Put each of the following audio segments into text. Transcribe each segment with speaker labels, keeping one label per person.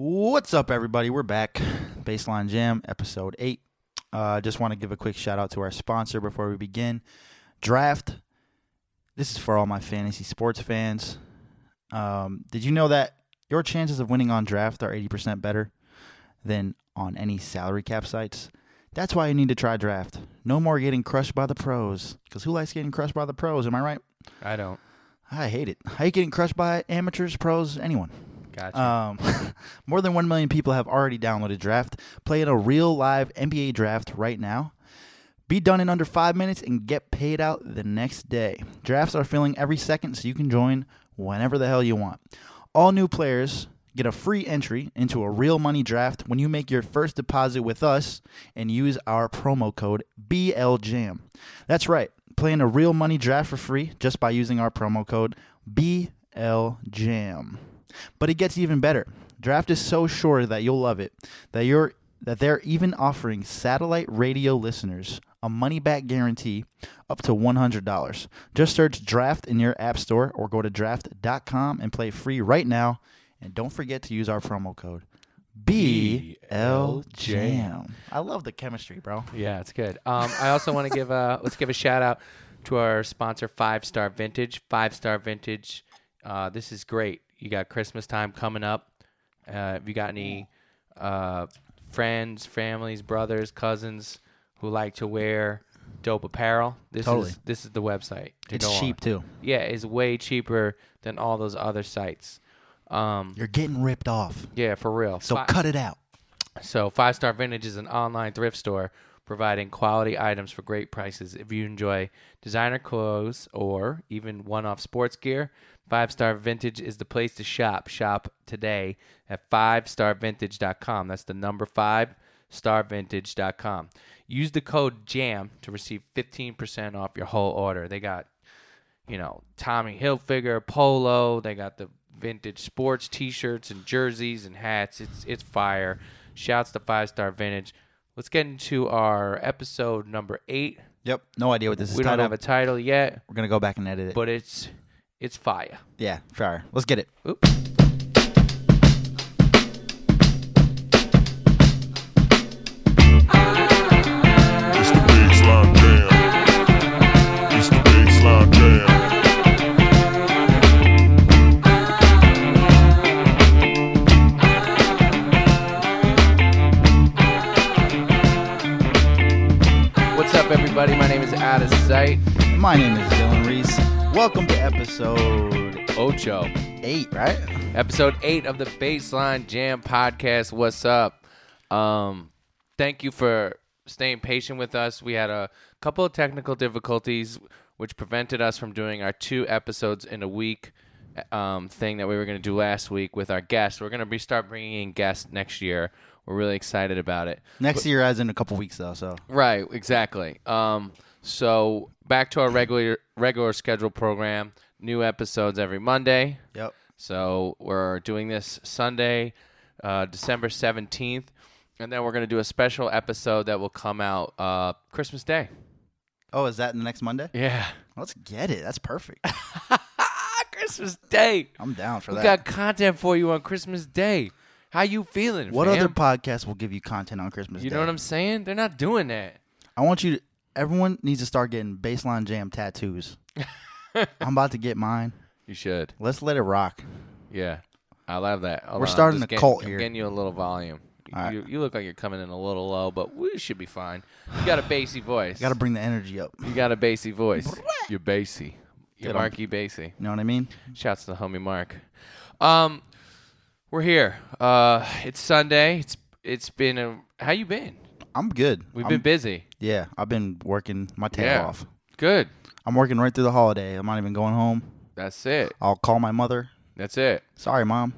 Speaker 1: What's up, everybody? We're back. Baseline Jam, episode 8. Uh, just want to give a quick shout out to our sponsor before we begin Draft. This is for all my fantasy sports fans. Um, did you know that your chances of winning on draft are 80% better than on any salary cap sites? That's why you need to try Draft. No more getting crushed by the pros. Because who likes getting crushed by the pros? Am I right?
Speaker 2: I don't.
Speaker 1: I hate it. I hate getting crushed by amateurs, pros, anyone.
Speaker 2: Gotcha.
Speaker 1: Um, more than 1 million people have already downloaded Draft. Play in a real live NBA draft right now. Be done in under five minutes and get paid out the next day. Drafts are filling every second, so you can join whenever the hell you want. All new players get a free entry into a real money draft when you make your first deposit with us and use our promo code BLJAM. That's right, play in a real money draft for free just by using our promo code BLJAM. But it gets even better. Draft is so sure that you'll love it that you're that they're even offering satellite radio listeners a money back guarantee up to $100. Just search Draft in your app store or go to draft.com and play free right now and don't forget to use our promo code BLJAM. I love the chemistry, bro.
Speaker 2: yeah, it's good. Um, I also want to give a let's give a shout out to our sponsor, Five Star Vintage. Five Star Vintage. Uh, this is great. You got Christmas time coming up. Uh, if you got any uh, friends, families, brothers, cousins who like to wear dope apparel, this
Speaker 1: Totally.
Speaker 2: is this is the website. To go
Speaker 1: It's
Speaker 2: on.
Speaker 1: cheap too.
Speaker 2: Yeah, it's way cheaper than all those other sites. Um,
Speaker 1: You're getting ripped off.
Speaker 2: yeah, for real.
Speaker 1: So
Speaker 2: Fi-
Speaker 1: cut it out.
Speaker 2: So, Five Star Vintage is an online thrift store providing quality items for great prices. If you enjoy designer clothes or even one off sports gear, Five Star Vintage is the place to shop. Shop today at 5starvintage.com. That's the number 5 starvintage.com. Use the code JAM to receive 15% off your whole order. They got you know, Tommy Hilfiger, polo. They got the vintage sports T-shirts and jerseys and hats. It's it's fire. Shouts to Five Star Vintage. Let's get into our episode number eight.
Speaker 1: Yep. No idea what this is
Speaker 2: we don't
Speaker 1: titled.
Speaker 2: have a title yet,
Speaker 1: We're going to go back and edit it.
Speaker 2: but it's it's fire.
Speaker 1: yeah, fire. Let's get it.
Speaker 2: Oop.
Speaker 3: It's the baseline jam. It's the baseline jam.
Speaker 2: What's up, everybody? My name is Out of Sight
Speaker 1: My name is Dylan Reese. Welcome to episode
Speaker 2: Ocho.
Speaker 1: eight, right?
Speaker 2: Episode eight of the Baseline Jam podcast. What's up? Um, thank you for staying patient with us. We had a couple of technical difficulties, which prevented us from doing our two episodes in a week um, thing that we were going to do last week with our guests. We're going to be start bringing in guests next year. We're really excited about it.
Speaker 1: Next year, as in a couple weeks, though. So
Speaker 2: Right, exactly. Um, so back to our regular regular schedule program. New episodes every Monday.
Speaker 1: yep,
Speaker 2: So we're doing this Sunday, uh, December 17th. And then we're going to do a special episode that will come out uh, Christmas Day.
Speaker 1: Oh, is that the next Monday?
Speaker 2: Yeah.
Speaker 1: Let's get it. That's perfect.
Speaker 2: Christmas Day.
Speaker 1: I'm down for
Speaker 2: We
Speaker 1: that.
Speaker 2: got content for you on Christmas Day. How you feeling?
Speaker 1: what
Speaker 2: fam?
Speaker 1: other podcast will give you content on Christmas?
Speaker 2: You
Speaker 1: Day?
Speaker 2: know what I'm saying? They're not doing that.
Speaker 1: I want you. to Everyone needs to start getting baseline jam tattoos. I'm about to get mine.
Speaker 2: You should.
Speaker 1: Let's let it rock.
Speaker 2: Yeah. I love that. Hold
Speaker 1: We're
Speaker 2: on, I'm
Speaker 1: starting a
Speaker 2: just getting-
Speaker 1: cult
Speaker 2: I'm
Speaker 1: here.
Speaker 2: getting you a little volume.
Speaker 1: right.
Speaker 2: You, you look like you're coming in a little low, but we should be fine. You got a bassy voice.
Speaker 1: I got to bring the energy up. You
Speaker 2: You got a bassy voice. You're bassy.
Speaker 1: Get
Speaker 2: You're
Speaker 1: 'em.
Speaker 2: Marky Bassy.
Speaker 1: know what I mean?
Speaker 2: Shouts to the homie Mark. Um, we're here. Uh, it's Sunday. It's it's been a how you been?
Speaker 1: I'm good.
Speaker 2: We've
Speaker 1: I'm-
Speaker 2: been busy.
Speaker 1: Yeah, I've been working my tail
Speaker 2: Yeah.
Speaker 1: off.
Speaker 2: Good.
Speaker 1: I'm working right through the holiday. I'm not even going home.
Speaker 2: That's it.
Speaker 1: I'll call my mother.
Speaker 2: That's it.
Speaker 1: Sorry, mom.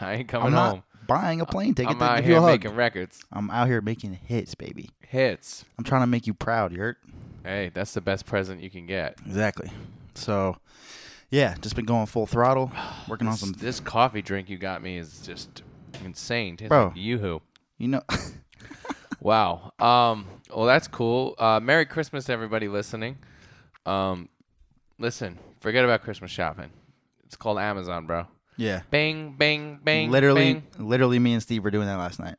Speaker 2: I ain't
Speaker 1: I'm,
Speaker 2: coming
Speaker 1: not
Speaker 2: home.
Speaker 1: buying a plane ticket
Speaker 2: um, I'm
Speaker 1: to
Speaker 2: out
Speaker 1: give you a
Speaker 2: here
Speaker 1: hug.
Speaker 2: making records,
Speaker 1: I'm out here making hits, baby.
Speaker 2: hits.
Speaker 1: I'm trying to make you proud, Yurt.
Speaker 2: Hey, that's the best present you can get.
Speaker 1: Exactly. So, yeah, just been going full throttle, working on some.
Speaker 2: This coffee drink you got me is just insane. Tastes
Speaker 1: Bro.
Speaker 2: like Yoo-hoo.
Speaker 1: You know,
Speaker 2: Wow. Um, well, that's cool. Uh, Merry Christmas, everybody listening. Um, listen, forget about Christmas shopping. It's called Amazon, bro.
Speaker 1: Yeah.
Speaker 2: Bang, bang, bang.
Speaker 1: literally,
Speaker 2: bang.
Speaker 1: literally, me and Steve were doing that last night.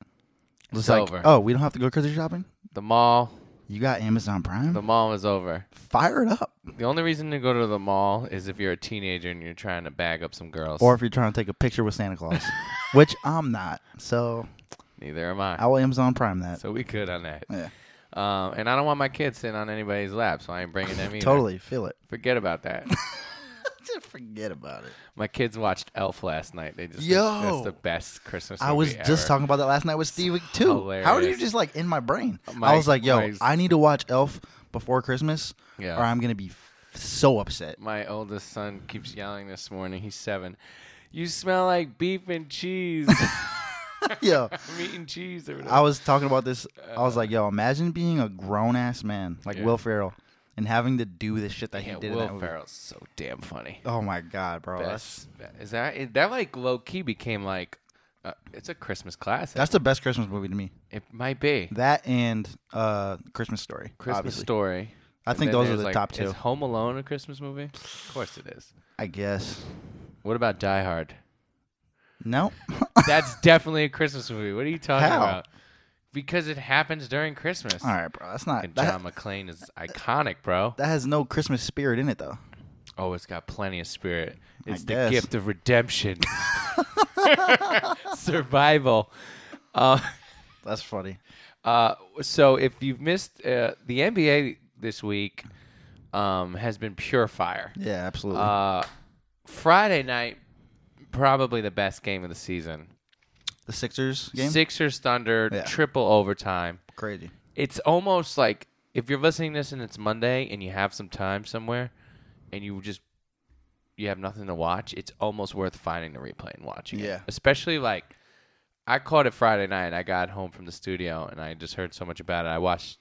Speaker 1: It was
Speaker 2: It's
Speaker 1: like,
Speaker 2: over.
Speaker 1: oh, we don't have to go grocery shopping.
Speaker 2: the mall.
Speaker 1: You got Amazon Prime.
Speaker 2: The mall is over.
Speaker 1: Fire it up.
Speaker 2: The only reason to go to the mall is if you're a teenager and you're trying to bag up some girls.
Speaker 1: Or if you're trying to take a picture with Santa Claus, which I'm not, so
Speaker 2: neither am I.
Speaker 1: I will Amazon Prime that.
Speaker 2: so we good on that.
Speaker 1: yeah,
Speaker 2: Um, and I don't want my kids sitting on anybody's lap, so I ain't bringing them either.
Speaker 1: totally feel it.
Speaker 2: Forget about that.
Speaker 1: Just forget about it.
Speaker 2: my kids watched Elf last night. They just think
Speaker 1: Yo.
Speaker 2: that's the best Christmas.
Speaker 1: I was
Speaker 2: movie
Speaker 1: just
Speaker 2: ever.
Speaker 1: talking about that last night with Steve too. How are you
Speaker 2: hilarious.
Speaker 1: just like in my brain?
Speaker 2: My-
Speaker 1: I was like, yo,
Speaker 2: my-
Speaker 1: I need to watch Elf before Christmas,
Speaker 2: Yeah.
Speaker 1: or I'm gonna be f- so upset.
Speaker 2: My oldest son keeps yelling this morning. He's seven. You smell like beef and cheese.
Speaker 1: yo,
Speaker 2: I'm eating cheese or whatever.
Speaker 1: I was talking about this. I was like, yo, imagine being a grown ass man like
Speaker 2: Uh, Yeah.
Speaker 1: Will Ferrell and having to do this shit that
Speaker 2: yeah,
Speaker 1: he did. in that
Speaker 2: Will
Speaker 1: movie.
Speaker 2: Ferrell's so damn funny.
Speaker 1: Oh my god, bro, that's
Speaker 2: Best- Is that is that like low key became like uh, it's a Christmas classic?
Speaker 1: that's the best Christmas movie to me.
Speaker 2: it might be
Speaker 1: That and uh, Christmas Story.
Speaker 2: Christmas
Speaker 1: obviously.
Speaker 2: Story.
Speaker 1: I
Speaker 2: And
Speaker 1: think
Speaker 2: then
Speaker 1: those are
Speaker 2: there's,
Speaker 1: the
Speaker 2: like,
Speaker 1: top two.
Speaker 2: Is Home Alone a Christmas movie? Of course it is.
Speaker 1: I guess.
Speaker 2: What about Die Hard?
Speaker 1: No.
Speaker 2: That's definitely a Christmas movie. What are you talking
Speaker 1: How?
Speaker 2: about? Because it happens during Christmas.
Speaker 1: All right, bro. That's not
Speaker 2: And
Speaker 1: that,
Speaker 2: John McClane is iconic, bro.
Speaker 1: that has no Christmas spirit in it though.
Speaker 2: Oh, it's got plenty of spirit.
Speaker 1: I
Speaker 2: It's the
Speaker 1: guess.
Speaker 2: gift of redemption, survival. Uh,
Speaker 1: That's funny.
Speaker 2: Uh, so if you've missed uh, the NBA this week, um, has been pure fire.
Speaker 1: Yeah, absolutely.
Speaker 2: Uh, Friday night, probably the best game of the season.
Speaker 1: the Sixers game.
Speaker 2: Sixers Thunder
Speaker 1: Yeah.
Speaker 2: triple overtime.
Speaker 1: Crazy.
Speaker 2: It's almost like if you're listening to this and it's Monday and you have some time somewhere, and you just you have nothing to watch, it's almost worth finding the replay and watching. it.
Speaker 1: Yeah.
Speaker 2: especially like. I caught it Friday night. I got home from the studio and I just heard so much about it. I watched,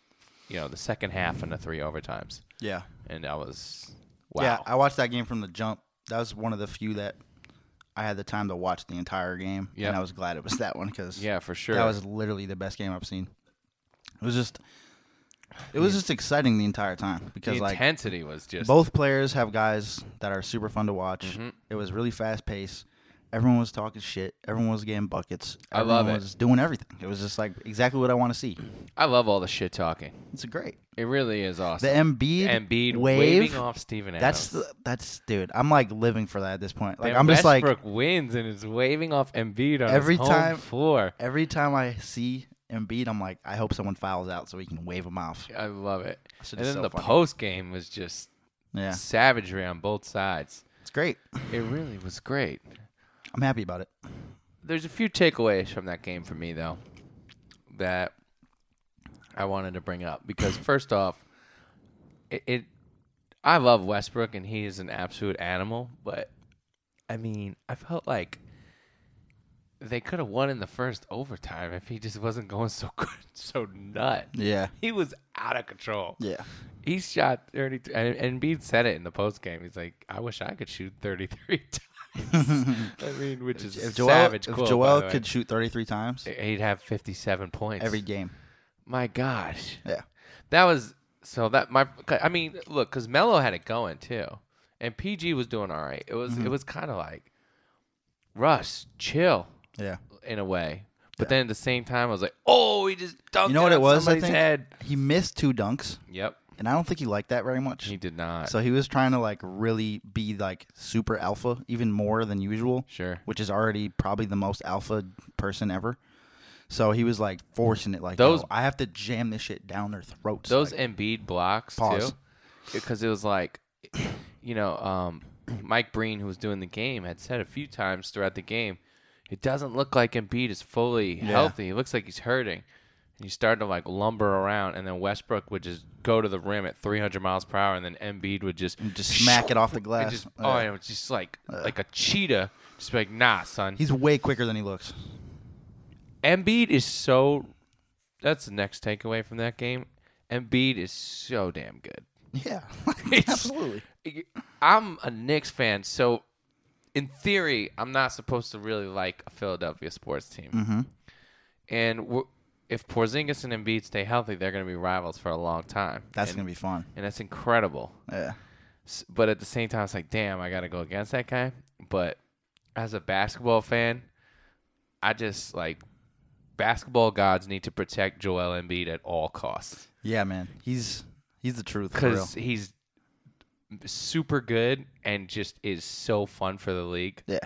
Speaker 2: you know, the second half and the three overtimes,
Speaker 1: Yeah.
Speaker 2: and I was wow.
Speaker 1: Yeah, I watched that game from the jump. That was one of the few that I had the time to watch the entire game,
Speaker 2: Yep.
Speaker 1: and I was glad it was that one because
Speaker 2: Yeah, for sure.
Speaker 1: that was literally the best game I've seen. It was just, it was just exciting the entire time
Speaker 2: the
Speaker 1: because like
Speaker 2: intensity was just
Speaker 1: both players have guys that are super fun to watch.
Speaker 2: Mm-hmm.
Speaker 1: It was really fast paced. Everyone was talking shit. Everyone was getting buckets.
Speaker 2: I love
Speaker 1: Everyone
Speaker 2: it.
Speaker 1: Was doing everything. It was just like exactly what I want to see.
Speaker 2: I love all the shit talking.
Speaker 1: It's great.
Speaker 2: It really is
Speaker 1: The
Speaker 2: awesome.
Speaker 1: Embiid,
Speaker 2: Embiid
Speaker 1: wave.
Speaker 2: waving off Steven Adams.
Speaker 1: That's the, that's dude. I'm like living for that at this point. Like
Speaker 2: Then
Speaker 1: I'm just like
Speaker 2: Westbrook wins and is waving off Embiid on
Speaker 1: Every
Speaker 2: his home
Speaker 1: time-
Speaker 2: floor.
Speaker 1: every time I see Embiid, I'm like, I hope someone fouls out so we can wave him off.
Speaker 2: I love it.
Speaker 1: shit
Speaker 2: And
Speaker 1: is
Speaker 2: then
Speaker 1: so
Speaker 2: the
Speaker 1: funny.
Speaker 2: post game was just
Speaker 1: Yeah,
Speaker 2: savagery on both sides.
Speaker 1: it's great.
Speaker 2: It really was great.
Speaker 1: I'm happy about it.
Speaker 2: There's a few takeaways from that game for me though that I wanted to bring up because first off, it, it I love Westbrook and he is an absolute animal, but I mean, I felt like they could have won in the first overtime if he just wasn't going so good, so nut.
Speaker 1: Yeah,
Speaker 2: He was out of control.
Speaker 1: yeah,
Speaker 2: He shot 33 and, and Bede said it in the post game. He's like, "I wish I could shoot 33 times." I mean, which is
Speaker 1: If
Speaker 2: a
Speaker 1: Joel,
Speaker 2: savage
Speaker 1: if
Speaker 2: quote,
Speaker 1: Joel
Speaker 2: by the way.
Speaker 1: could shoot 33 times
Speaker 2: he'd have 57 points.
Speaker 1: every game,
Speaker 2: My gosh.
Speaker 1: yeah,
Speaker 2: That was so that my I mean, look, cuz Melo had it going too. And PG was doing all right. It was
Speaker 1: Mm-hmm.
Speaker 2: it was kind of like Russ, chill
Speaker 1: yeah.
Speaker 2: in a way. But then at the same time I was like, "Oh, he just dunked
Speaker 1: You know
Speaker 2: it
Speaker 1: what it
Speaker 2: on
Speaker 1: was? I
Speaker 2: somebody's
Speaker 1: think
Speaker 2: head."
Speaker 1: he missed two dunks,
Speaker 2: Yep.
Speaker 1: and I don't think he liked that very much.
Speaker 2: He did not.
Speaker 1: So he was trying to like really be like super alpha, even more than usual.
Speaker 2: Sure.
Speaker 1: Which is already probably the most alpha person ever. So he was like forcing it, like
Speaker 2: Those-
Speaker 1: "Yo, I have to jam this shit down their throats.
Speaker 2: Those
Speaker 1: like,
Speaker 2: Embiid blocks
Speaker 1: Pause.
Speaker 2: too, because it was like, you know, um, Mike Breen, who was doing the game, had said a few times throughout the game, it doesn't look like Embiid is fully healthy. It looks like he's hurting. And he started to like lumber around, and then Westbrook would just go to the rim at 300 miles per hour, and then Embiid would just
Speaker 1: just smack it off the
Speaker 2: and
Speaker 1: glass. Uh,
Speaker 2: just
Speaker 1: Yeah.
Speaker 2: oh, and it was just like like a cheetah, just be like nah, son.
Speaker 1: He's way quicker than he looks.
Speaker 2: Embiid is so. That's the next takeaway from that game. Embiid is so damn good.
Speaker 1: Yeah,
Speaker 2: It's-
Speaker 1: absolutely.
Speaker 2: I'm a Knicks fan, so in theory, I'm not supposed to really like a Philadelphia sports team. Mm-hmm. And we if Porzingis and Embiid stay healthy, they're going to be rivals for a long time.
Speaker 1: That's
Speaker 2: and,
Speaker 1: gonna be fun.
Speaker 2: and that's incredible.
Speaker 1: Yeah,
Speaker 2: S- But at the same time, it's like, damn, I got to go against that guy. But as a basketball fan, I just like basketball gods need to protect Joel Embiid at all costs
Speaker 1: Yeah, man. He's he's the truth. For real.
Speaker 2: because he's super good and just is so fun for the league.
Speaker 1: Yeah.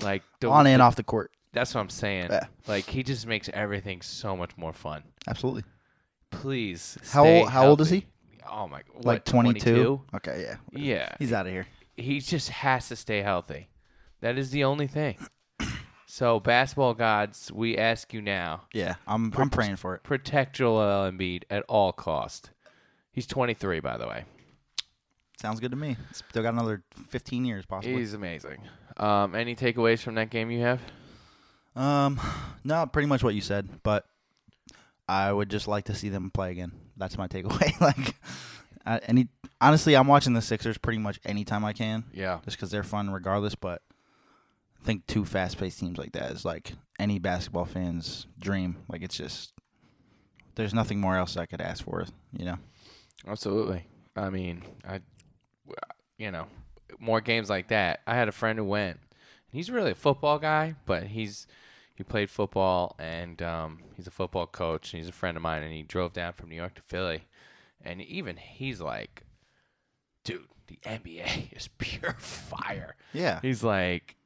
Speaker 2: Like the,
Speaker 1: On and off the court.
Speaker 2: That's what I'm saying.
Speaker 1: Yeah.
Speaker 2: Like he just makes everything so much more fun.
Speaker 1: Absolutely.
Speaker 2: Please.
Speaker 1: How
Speaker 2: stay
Speaker 1: old- how old is
Speaker 2: healthy. Oh my! What,
Speaker 1: Like 22. Okay, yeah.
Speaker 2: Yeah,
Speaker 1: He's out of here.
Speaker 2: he just has to stay healthy. That is the only thing. So, basketball gods, we ask you now:
Speaker 1: Yeah. I'm I'm praying for it.
Speaker 2: protect Joel Embiid at all cost. He's 23, by the way.
Speaker 1: Sounds good to me. Still got another 15 years possibly.
Speaker 2: He's amazing. Um, any takeaways from that game you have?
Speaker 1: Um, no, pretty much what you said, but I would just like to see them play again. That's my takeaway. like, I, any honestly, I'm watching the Sixers pretty much anytime I can,
Speaker 2: Yeah,
Speaker 1: just because they're fun regardless. But I think two fast-paced teams like that is like any basketball fan's dream. Like, it's just there's nothing more else I could ask for. You know?
Speaker 2: absolutely. I mean, I, you know, more games like that. I had a friend who went. He's really a football guy, but he's he played football and um, he's a football coach and he's a friend of mine. And he drove down from New York to Philly, and even he's like, dude, the NBA is pure fire.
Speaker 1: Yeah.
Speaker 2: He's like,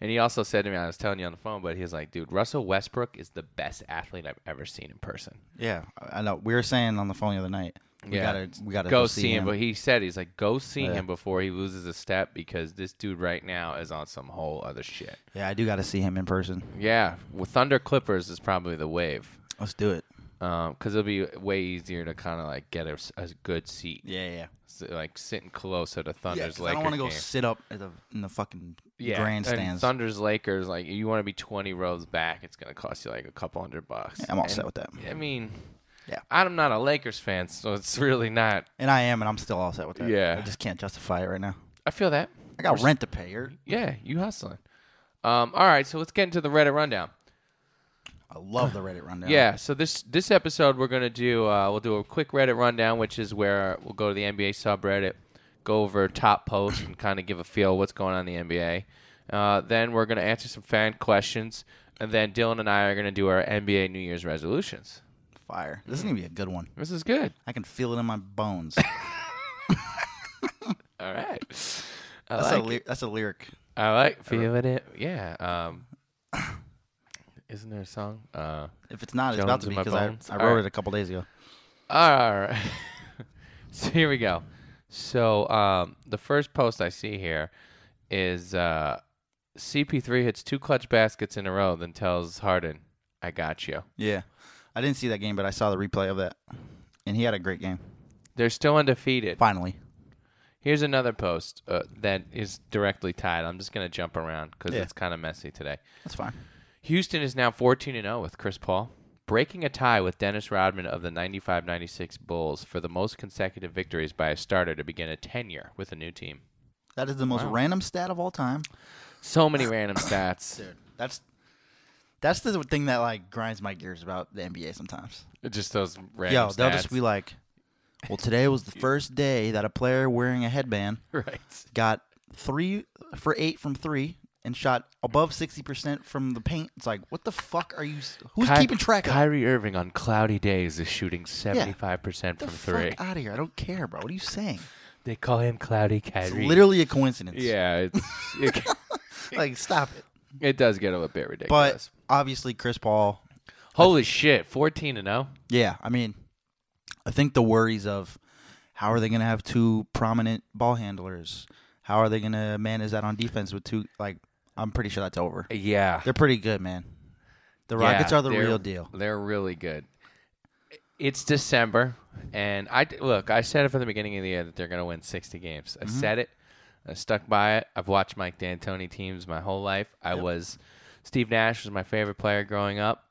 Speaker 2: and he also said to me, I was telling you on the phone, but he was like, dude, Russell Westbrook is the best athlete I've ever seen in person.
Speaker 1: Yeah. I I know. We were saying on the phone the other night. We
Speaker 2: Yeah.
Speaker 1: gotta we gotta
Speaker 2: go see him. But
Speaker 1: him.
Speaker 2: he said he's like, go see
Speaker 1: Yeah.
Speaker 2: him before he loses a step because this dude right now is on some whole other shit.
Speaker 1: Yeah, I do gotta see him in person.
Speaker 2: Yeah, with Thunder Clippers is probably the wave
Speaker 1: Let's do it.
Speaker 2: because it'll be way easier to kind of like get a, s- a good seat,
Speaker 1: Yeah, yeah.
Speaker 2: So, like sitting closer to
Speaker 1: Yeah,
Speaker 2: Thunder's
Speaker 1: 'cause I
Speaker 2: Lakers
Speaker 1: don't want to go
Speaker 2: game.
Speaker 1: sit up at the, in the fucking
Speaker 2: and
Speaker 1: grandstands.
Speaker 2: Thunder's Lakers, like you want to be twenty rows back, it's gonna cost you like a couple hundred bucks.
Speaker 1: I'm all
Speaker 2: And,
Speaker 1: set with that.
Speaker 2: I mean,
Speaker 1: Yeah.
Speaker 2: I'm not a Lakers fan, so it's really not.
Speaker 1: And I am, and I'm still all set with that.
Speaker 2: Yeah.
Speaker 1: I just can't justify it right now.
Speaker 2: I feel that.
Speaker 1: I got rent to pay. Here.
Speaker 2: Yeah, you hustling. Um, all right, so let's get into the Reddit rundown.
Speaker 1: I love the Reddit rundown.
Speaker 2: Yeah, so this this episode we're gonna do uh, we'll do a quick Reddit rundown, which is where we'll go to the NBA subreddit, go over top posts and kind of give a feel of what's going on in the NBA. Uh, then we're gonna answer some fan questions, and then Dylan and I are gonna do our NBA New Year's resolutions.
Speaker 1: Fire. This is going to be a good one.
Speaker 2: This is good.
Speaker 1: I can feel it in my bones.
Speaker 2: All right, I
Speaker 1: That's, a,
Speaker 2: like.
Speaker 1: ly- that's a lyric.
Speaker 2: I like feeling it. Yeah. Um, isn't there a song? Uh,
Speaker 1: If it's not, it's
Speaker 2: Jones
Speaker 1: about to
Speaker 2: in
Speaker 1: be
Speaker 2: my
Speaker 1: because I,
Speaker 2: bones.
Speaker 1: I
Speaker 2: All
Speaker 1: wrote
Speaker 2: right.
Speaker 1: it a couple days ago.
Speaker 2: All right. so here we go. So um, the first post I see here is uh, CP3 hits two clutch baskets in a row, then tells Harden, "I got you."
Speaker 1: Yeah. I didn't see that game, but I saw the replay of that. And he had a great game.
Speaker 2: They're still undefeated.
Speaker 1: Finally.
Speaker 2: Here's another post uh, that is directly tied. I'm just gonna jump around because
Speaker 1: Yeah.
Speaker 2: it's kind of messy today.
Speaker 1: That's fine.
Speaker 2: Houston is now 14 and 0 with Chris Paul, breaking a tie with Dennis Rodman of the 95-96 Bulls for the most consecutive victories by a starter to begin a tenure with a new team.
Speaker 1: That is the most random stat of all time.
Speaker 2: So many random stats.
Speaker 1: Dude, that's that's the thing that like grinds my gears about the NBA sometimes.
Speaker 2: Just those random
Speaker 1: Yo, they'll just be like, "Well, today was the first day that a player wearing a headband
Speaker 2: right.
Speaker 1: got three for eight from three and shot above sixty percent from the paint." It's like, what the fuck are you? s- Who's keeping track of?
Speaker 2: Kyrie Irving on cloudy days is shooting seventy-five percent
Speaker 1: Get
Speaker 2: from
Speaker 1: the
Speaker 2: three.
Speaker 1: fuck out of here! I don't care, bro. What are you saying?
Speaker 2: They call him Cloudy Kyrie.
Speaker 1: It's literally a coincidence.
Speaker 2: yeah, it's, it,
Speaker 1: like stop it.
Speaker 2: it does get a little bit
Speaker 1: But
Speaker 2: ridiculous.
Speaker 1: obviously, Chris Paul.
Speaker 2: Holy shit, fourteen and oh? zero.
Speaker 1: Yeah, I mean, I think the worries of how are they going to have two prominent ball handlers? How are they going to manage that on defense with two? Like, I'm pretty sure that's over.
Speaker 2: Yeah,
Speaker 1: They're pretty good, man. The Rockets
Speaker 2: Yeah,
Speaker 1: are the
Speaker 2: they're-
Speaker 1: real deal.
Speaker 2: They're really good. It's December, and I look. I said it from the beginning of the year that they're going to win sixty games.
Speaker 1: Mm-hmm.
Speaker 2: I said it. I stuck by it. I've watched Mike D'Antoni teams my whole life. I was Steve Nash was my favorite player growing up.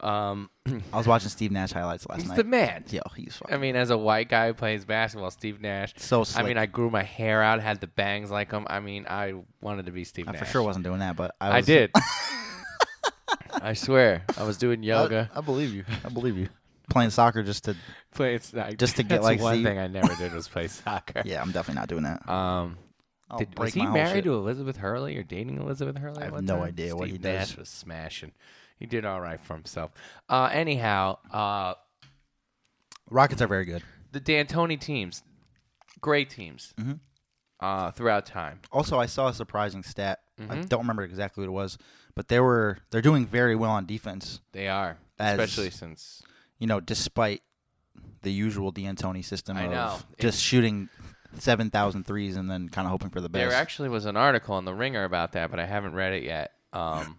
Speaker 2: Um,
Speaker 1: I was watching Steve Nash highlights last
Speaker 2: he's
Speaker 1: night.
Speaker 2: the man.
Speaker 1: Yo, he's fucking
Speaker 2: I mean, as a white guy who plays basketball, Steve Nash.
Speaker 1: so
Speaker 2: I
Speaker 1: slick.
Speaker 2: mean, I grew my hair out, had the bangs like him. I mean, I wanted to be Steve
Speaker 1: I
Speaker 2: Nash.
Speaker 1: for sure wasn't doing that, but I,
Speaker 2: I
Speaker 1: was,
Speaker 2: did. I swear, I was doing
Speaker 1: I,
Speaker 2: yoga.
Speaker 1: I believe you. I believe you. Playing soccer just to
Speaker 2: play it's not,
Speaker 1: Just to get,
Speaker 2: that's
Speaker 1: like,
Speaker 2: one
Speaker 1: the-
Speaker 2: thing I never did was play soccer.
Speaker 1: yeah, I'm definitely not doing that.
Speaker 2: Um,
Speaker 1: I'll
Speaker 2: Did,
Speaker 1: break
Speaker 2: was he
Speaker 1: my whole
Speaker 2: married
Speaker 1: shit.
Speaker 2: to Elizabeth Hurley or dating Elizabeth Hurley?
Speaker 1: I
Speaker 2: at
Speaker 1: have
Speaker 2: one
Speaker 1: no
Speaker 2: time?
Speaker 1: idea what
Speaker 2: Steve
Speaker 1: he does.
Speaker 2: Nash was smashing. He did all right for himself. Uh, anyhow, uh,
Speaker 1: Rockets are very good.
Speaker 2: the D'Antoni teams, great teams
Speaker 1: Mm-hmm.
Speaker 2: uh, throughout time.
Speaker 1: Also, I saw a surprising stat.
Speaker 2: Mm-hmm.
Speaker 1: I don't remember exactly what it was, but they were they're doing very well on defense.
Speaker 2: They are,
Speaker 1: As-
Speaker 2: especially since
Speaker 1: You know, despite the usual D'Antoni system
Speaker 2: I
Speaker 1: of
Speaker 2: know.
Speaker 1: just shooting 7,000 threes and then kind of hoping for the best.
Speaker 2: there actually was an article on the Ringer about that, but I haven't read it yet. Um,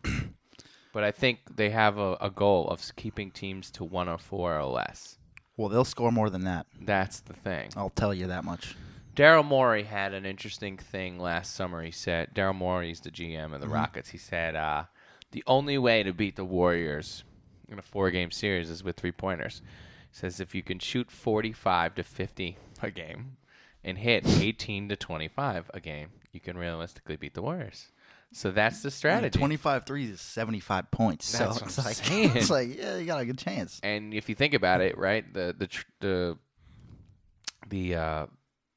Speaker 2: but I think they have a, a goal of s- keeping teams to 104 or less.
Speaker 1: well, they'll score more than that.
Speaker 2: That's the thing.
Speaker 1: I'll tell you that much.
Speaker 2: Daryl Morey had an interesting thing last summer. He said Daryl Morey's the GM of the Rockets. He said uh, the only way to beat the Warriors in a four-game series is with three-pointers. He says if you can shoot 45 to 50 a game and hit 18 to 25 a game, you can realistically beat the Warriors. So that's
Speaker 1: I
Speaker 2: the
Speaker 1: mean,
Speaker 2: strategy.
Speaker 1: 25 threes is 75 points.
Speaker 2: That's
Speaker 1: so
Speaker 2: what
Speaker 1: it's
Speaker 2: I'm
Speaker 1: like,
Speaker 2: saying.
Speaker 1: it's like, yeah, you got a good chance.
Speaker 2: and if you think about it, right, the the tr- the the, uh,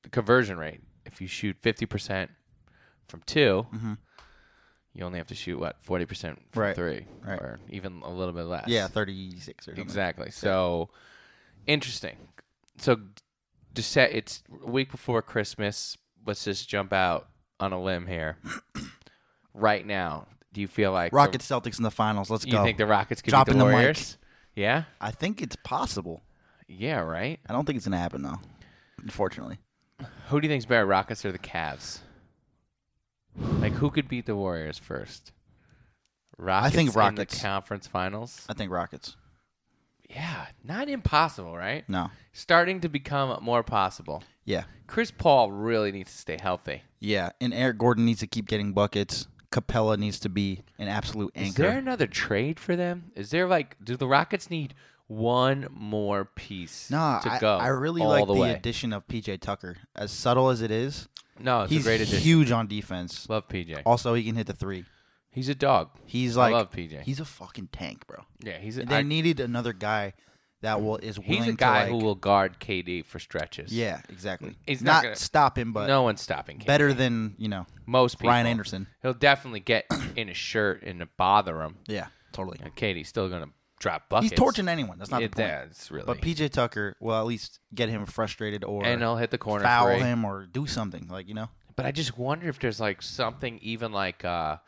Speaker 2: the conversion rate. If you shoot fifty percent from 2 you only have to shoot what forty percent from
Speaker 1: Mm-hmm. Right.
Speaker 2: three,
Speaker 1: Right.
Speaker 2: or even a little bit less.
Speaker 1: Yeah, 36 or something.
Speaker 2: exactly. So interesting. So to set it's a week before Christmas. Let's just jump out on a limb here. right now, do you feel like the-
Speaker 1: Rockets, Celtics in the finals. Let's
Speaker 2: you
Speaker 1: go.
Speaker 2: think the Rockets could beat
Speaker 1: Dropping
Speaker 2: the
Speaker 1: the mic.
Speaker 2: Warriors? yeah,
Speaker 1: I think it's possible.
Speaker 2: yeah, right.
Speaker 1: I don't think it's going to happen, though, unfortunately.
Speaker 2: Who do you think's better, Rockets or the Cavs? Like, who could beat the Warriors first? Rockets.
Speaker 1: think
Speaker 2: in
Speaker 1: Rockets.
Speaker 2: the conference finals.
Speaker 1: I think Rockets.
Speaker 2: Yeah, not impossible, right?
Speaker 1: No.
Speaker 2: Starting to become more possible.
Speaker 1: Yeah.
Speaker 2: Chris Paul really needs to stay healthy.
Speaker 1: Yeah. And Eric Gordon needs to keep getting buckets. Capella needs to be an absolute
Speaker 2: Is there
Speaker 1: anchor.
Speaker 2: another trade for them? Is there like, do the Rockets need one more piece
Speaker 1: No,
Speaker 2: to
Speaker 1: I,
Speaker 2: go?
Speaker 1: I really
Speaker 2: all
Speaker 1: like
Speaker 2: the,
Speaker 1: the,
Speaker 2: way?
Speaker 1: addition of PJ Tucker. As subtle as it is,
Speaker 2: No, it's
Speaker 1: he's
Speaker 2: a great addition.
Speaker 1: huge on defense.
Speaker 2: Love PJ.
Speaker 1: Also, he can hit the three.
Speaker 2: He's a dog.
Speaker 1: He's like,
Speaker 2: love PJ.
Speaker 1: he's a fucking tank, bro.
Speaker 2: Yeah, he's. A,
Speaker 1: They
Speaker 2: I-
Speaker 1: needed another guy that will is willing
Speaker 2: he's a guy
Speaker 1: to like,
Speaker 2: who will guard KD for stretches.
Speaker 1: Yeah, exactly.
Speaker 2: He's not
Speaker 1: not,
Speaker 2: gonna-
Speaker 1: stop him, but
Speaker 2: no one's stopping KD.
Speaker 1: better than you know
Speaker 2: most people.
Speaker 1: Ryan Anderson.
Speaker 2: He'll definitely get in his shirt and to bother him.
Speaker 1: Yeah, totally.
Speaker 2: And Katie's still gonna drop buckets.
Speaker 1: He's torching anyone. That's not
Speaker 2: It-
Speaker 1: the point.
Speaker 2: that's really.
Speaker 1: But PJ Tucker will at least get him frustrated or
Speaker 2: and he'll hit the corner
Speaker 1: foul
Speaker 2: three.
Speaker 1: him or do something like you know.
Speaker 2: But I just wonder if there's like something even like uh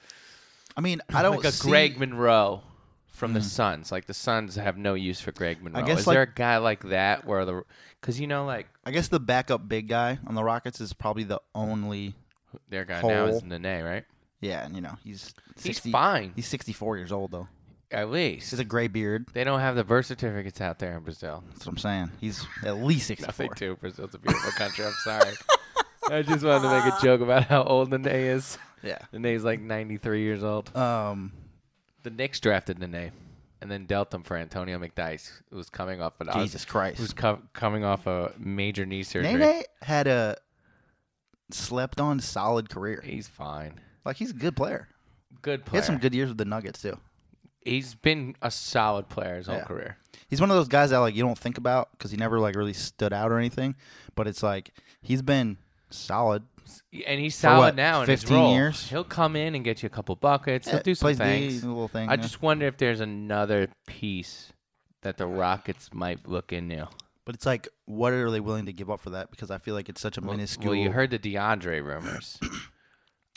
Speaker 1: I mean, I don't
Speaker 2: like a
Speaker 1: see- Mm.
Speaker 2: Greg Monroe from the Suns. Like the Suns have no use for Greg Monroe.
Speaker 1: guess,
Speaker 2: Is there
Speaker 1: like-
Speaker 2: a guy like that where the because you know like
Speaker 1: I guess the backup big guy on the Rockets is probably the only.
Speaker 2: their guy now is
Speaker 1: Hole.
Speaker 2: Nene, right?
Speaker 1: Yeah, and you know he's 60,
Speaker 2: He's fine
Speaker 1: He's sixty four years old though.
Speaker 2: at least.
Speaker 1: He's a gray beard.
Speaker 2: they don't have the birth certificates out there in Brazil.
Speaker 1: That's what I'm saying. He's at least sixty
Speaker 2: Nothing
Speaker 1: four.
Speaker 2: too. Brazil's a beautiful country. I'm sorry. I just wanted to make a joke about how old Nene is.
Speaker 1: Yeah.
Speaker 2: Nene's like 93 years old.
Speaker 1: Um.
Speaker 2: The Knicks drafted Nene and then dealt him for Antonio McDice, who was coming off an
Speaker 1: Jesus Christ.
Speaker 2: who was co- coming off a major knee surgery.
Speaker 1: Nene had a slept on solid career.
Speaker 2: He's fine.
Speaker 1: Like he's a good player.
Speaker 2: Good
Speaker 1: He
Speaker 2: player.
Speaker 1: had some good years with the Nuggets too.
Speaker 2: He's been a solid player his whole
Speaker 1: Yeah.
Speaker 2: career.
Speaker 1: He's one of those guys that like you don't think about because he never like really stood out or anything. But it's like he's been solid.
Speaker 2: And he's solid
Speaker 1: what,
Speaker 2: now in
Speaker 1: 15
Speaker 2: his role.
Speaker 1: years?
Speaker 2: He'll come in and get you a couple buckets. He'll
Speaker 1: Yeah,
Speaker 2: do some
Speaker 1: plays
Speaker 2: things.
Speaker 1: the little thing.
Speaker 2: I
Speaker 1: yeah.
Speaker 2: just wonder if there's another piece that the Rockets might look into.
Speaker 1: but it's like, what are they willing to give up for that? Because I feel like it's such a minuscule.
Speaker 2: Well, you heard the DeAndre rumors.